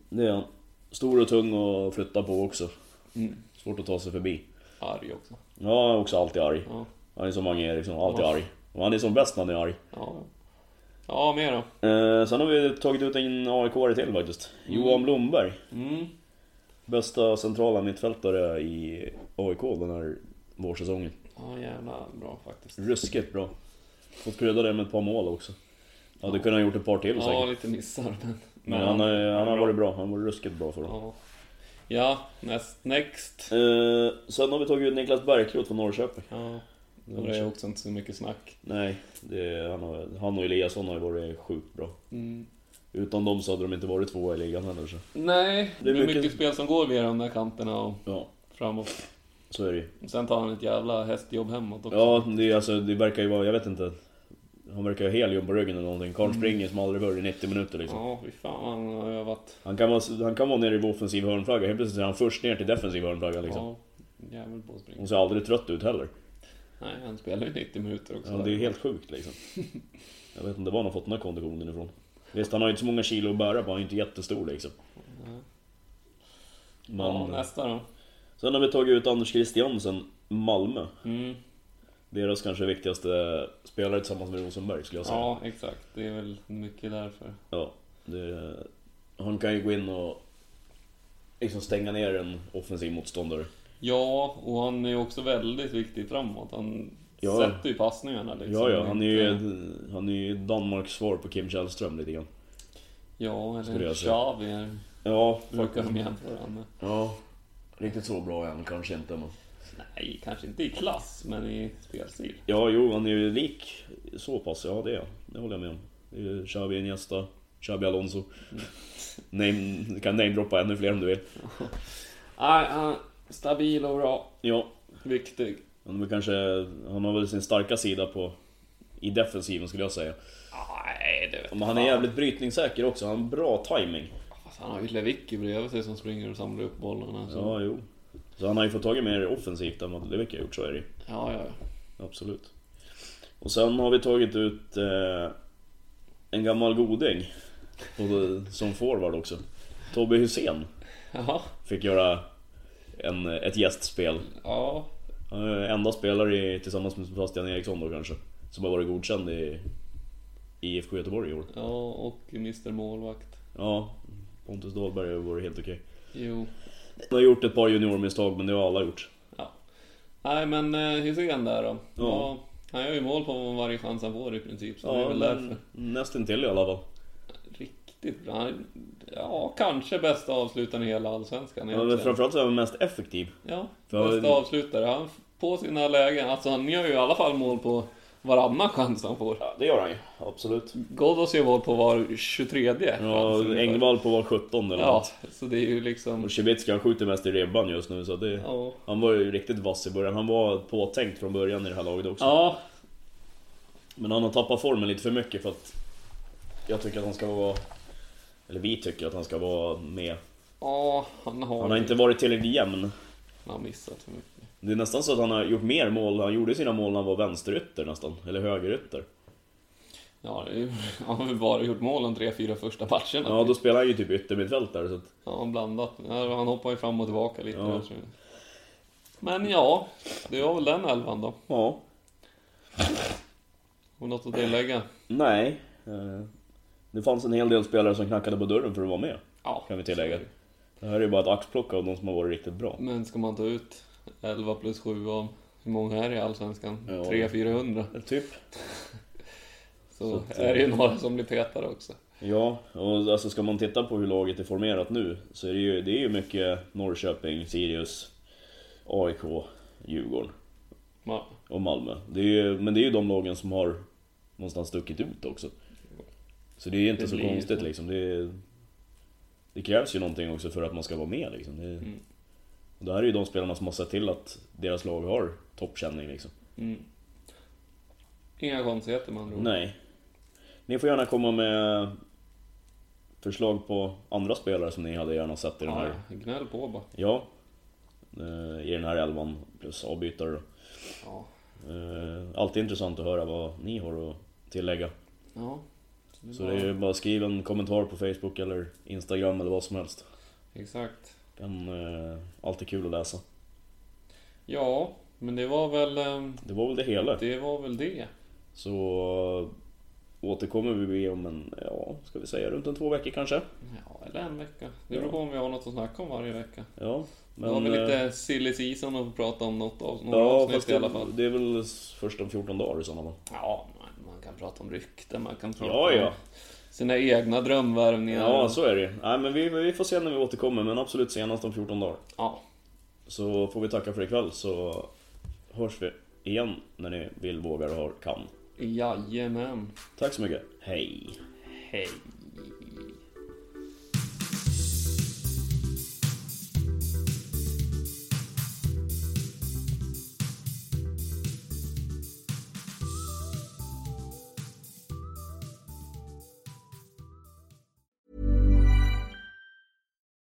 C: Det är han. Stor och tung och flytta på också.
B: Mm.
C: Svårt att ta sig förbi.
B: Arg också.
C: Ja, han är också alltid arg.
B: Ja.
C: Han är som Mange Eriksson, alltid
B: Ja.
C: arg. Och han är som bäst när han är arg.
B: Ja, ja mer då.
C: Eh, sen har vi tagit ut en AIK-are till faktiskt. Johan Blomberg.
B: Mm.
C: Bästa centrala mittfältare i AIK den här vårsäsongen.
B: Ja, jävla bra faktiskt.
C: Ruskigt bra. Fått krydda det med ett par mål också. Hade kunnat ha gjort ett par till
B: Ja,
C: säkert.
B: lite missar. Men,
C: Men han, har- han har varit bra, han har varit ruskigt bra för dem.
B: Ja, ja näst, next.
C: Eh, sen har vi tagit ut Niklas Bergkrot från Norrköping.
B: Ja. Och det är också inte så mycket snack.
C: Nej, det, han, har, han och Eliasson har ju varit sjukt bra.
B: Mm.
C: Utan dem så hade de inte varit tvåa i ligan heller så.
B: Nej,
C: Det
B: det
C: är
B: är mycket,
C: mycket-
B: spel som går via de där kanterna och
C: Ja,
B: framåt.
C: så är det ju.
B: Sen tar han ett jävla hästjobb hemåt också.
C: Ja, det, är alltså, det verkar ju vara, jag vet inte. Han verkar ha helium på ryggen eller någonting. Karln springer som aldrig förr i 90 minuter liksom.
B: Mm. Ja, fy fan vad han har övat.
C: Han, kan vara, han kan vara nere i offensiv hörnflagga, helt plötsligt är han först ner till defensiv hörnflagga liksom.
B: Ja, jävel på att springa.
C: Hon ser aldrig trött ut heller.
B: Nej, han spelar ju 90 minuter också.
C: Ja, det är helt sjukt liksom. Jag vet inte var han har fått den här konditionen ifrån. Visst, han har ju inte så många kilo att bära på, han är ju inte jättestor liksom.
B: ja,
C: Men,
B: nästa då.
C: sen har vi tagit ut Anders Christiansen, Malmö.
B: Mm.
C: Deras kanske viktigaste spelare tillsammans med Rosenberg skulle jag säga.
B: Ja, exakt. Det är väl mycket därför.
C: Ja, det, han kan ju gå in och liksom stänga ner en offensiv motståndare.
B: Ja, och han är ju också väldigt viktig framåt. Han
C: Ja.
B: sätter ju passningarna liksom.
C: Ja, ja, han är ju,
B: Inte-
C: han är ju Danmarks svar på Kim Källström lite grann.
B: Ja,
C: Skulle
B: eller
C: jag säga. Mm.
B: Xavi
C: Ja,
B: brukar de jämföra honom med.
C: Ja, riktigt så bra än kanske inte men...
B: Nej, kanske inte i klass, men i spelstil.
C: Ja, jo, han är ju lik så pass, ja det är han. Det håller jag med om. Det är ju Xabi Iniesta, Xabi Alonso. Name, du kan namedroppa ännu fler om du vill.
B: Nej, han är stabil och bra.
C: Ja,
B: Viktig.
C: han, är väl kanske, han har väl sin starka sida på... I defensiven skulle jag säga.
B: Nej, det vet
C: Men han är jävligt brytningssäker också, han har bra timing.
B: Alltså, han har ju Lewicki bredvid sig som springer och samlar upp bollarna. Så. Ja.
C: Ja, jo. Så han har ju fått tag i mer offensivt än vad Lewick har gjort, så är det ju.
B: ja, ja,
C: Absolut. Och sen har vi tagit ut eh, en gammal goding och då- som forward också. Tobbe Hussein
B: Jaha.
C: fick göra en, ett gästspel.
B: Ja,
C: Han är Enda spelare i, tillsammans med Sebastian Eriksson då kanske, som har varit godkänd i i IFK Göteborg i år.
B: ja, och Mr Målvakt.
C: Ja, Pontus Dahlberg har varit helt okej.
B: Jo.
C: Han har gjort ett par juniormisstag men det har alla gjort.
B: Ja. Nej, men eh, Hysén där då.
C: Ja.
B: Ja. han gör ju mål på varje chans han får i princip, så det är
C: Ja,
B: väl
C: men
B: därför.
C: nästintill i alla fall.
B: Riktigt bra. Han är, ja, kanske bästa avslutaren i hela Allsvenskan.
C: Ja, men
B: egentligen.
C: framförallt så är han mest effektiv.
B: Ja,
C: För-
B: bästa avslutare. Han f- på sina lägen. Alltså han gör ju i alla fall mål på varannan chans han får.
C: Ja, det gör han ju. Absolut.
B: Ghoddos gör mål på var 23 chans
C: Ja,
B: ungefär.
C: Engvall Oh, på var 17 eller
B: Ja,
C: något.
B: så det är ju liksom...
C: Och Cibicka han skjuter mest i ribban just nu så det...
B: Ja.
C: Han var ju riktigt vass i början. Han var påtänkt från början i det här laget också.
B: Ja,
C: Men han har tappat formen lite för mycket för att... Jag tycker att han ska vara... Eller vi tycker att han ska vara med.
B: ja han har,
C: Han har inte varit tillräckligt jämn.
B: han har missat för mycket.
C: Det är nästan så att han har gjort mer mål. Han gjorde sina mål när han var vänsterytter nästan. Eller högerytter.
B: Ja, det är ju- han har väl bara gjort mål de tre, fyra första matcherna.
C: Ja, då spelar han ju typ yttermittfält där så att...
B: Ja, han blandat. Ja, Han hoppar ju fram och tillbaka lite
C: Ja.
B: där. så- Men ja, det var väl den elvan då.
C: Ja.
B: Har något att tillägga?
C: Nej. eh, Det fanns en hel del spelare som knackade på dörren för att vara med.
B: Ja,
C: Kan vi tillägga. Det här är ju bara ett axplock av de som har varit riktigt bra.
B: Men ska man ta ut 11 plus 7 av hur många är det i Allsvenskan?
C: Ja.
B: 300-400.
C: Typ. Så
B: Så,
C: att, eh,
B: är det ju några som blir tätare också.
C: Ja, och alltså ska man titta på hur laget är formerat nu så är det ju, det är ju mycket Norrköping, Sirius, AIK, Djurgården
B: Ja,
C: och Malmö. Det är ju, men det är ju de lagen som har någonstans stuckit ut också. Så det är ju inte
B: Det
C: så
B: blir ju
C: konstigt
B: så.
C: liksom. Det, är- det krävs ju någonting också för att man ska vara med liksom. Det,
B: Mm.
C: och det här är ju de spelarna som har sett till att deras lag har toppkänning liksom.
B: inga konstigheter man tror.
C: Nej. Ni får gärna komma med förslag på andra spelare som ni hade gärna sett i den här.
B: Ja, gnäll på bara.
C: Ja. Eh, I den här elvan plus avbytare då.
B: Ja.
C: Eh, Alltid intressant att höra vad ni har att tillägga.
B: ja.
C: Så det är ju bara skriv en kommentar på Facebook eller Instagram eller vad som helst.
B: Exakt.
C: Kan, eh, alltid kul att läsa.
B: Ja, men det var väl ehm,
C: Det var väl det hela.
B: det. Var väl det.
C: Så eh, återkommer vi om en, ja, ska vi säga runt en två veckor kanske?
B: Ja, eller en vecka. Det beror på om vi har något att snacka om varje vecka.
C: Ja. Men,
B: Då har vi
C: eh,
B: lite silly season att prata om något av, några avsnitt i alla fall.
C: det är väl först om 14 dagar i sådana fall.
B: Ja, man, man kan prata om rykten, man kan prata
C: Ja, ja.
B: om sina egna drömvärvningar.
C: Ja, så är det ju. Nej, men vi, vi får se när vi återkommer, men absolut senast om 14 dagar.
B: ja.
C: Så får vi tacka för ikväll, så hörs vi igen när ni vill, vågar och har, kan.
B: Jajamän.
C: Tack så mycket. Hej.
B: Hej.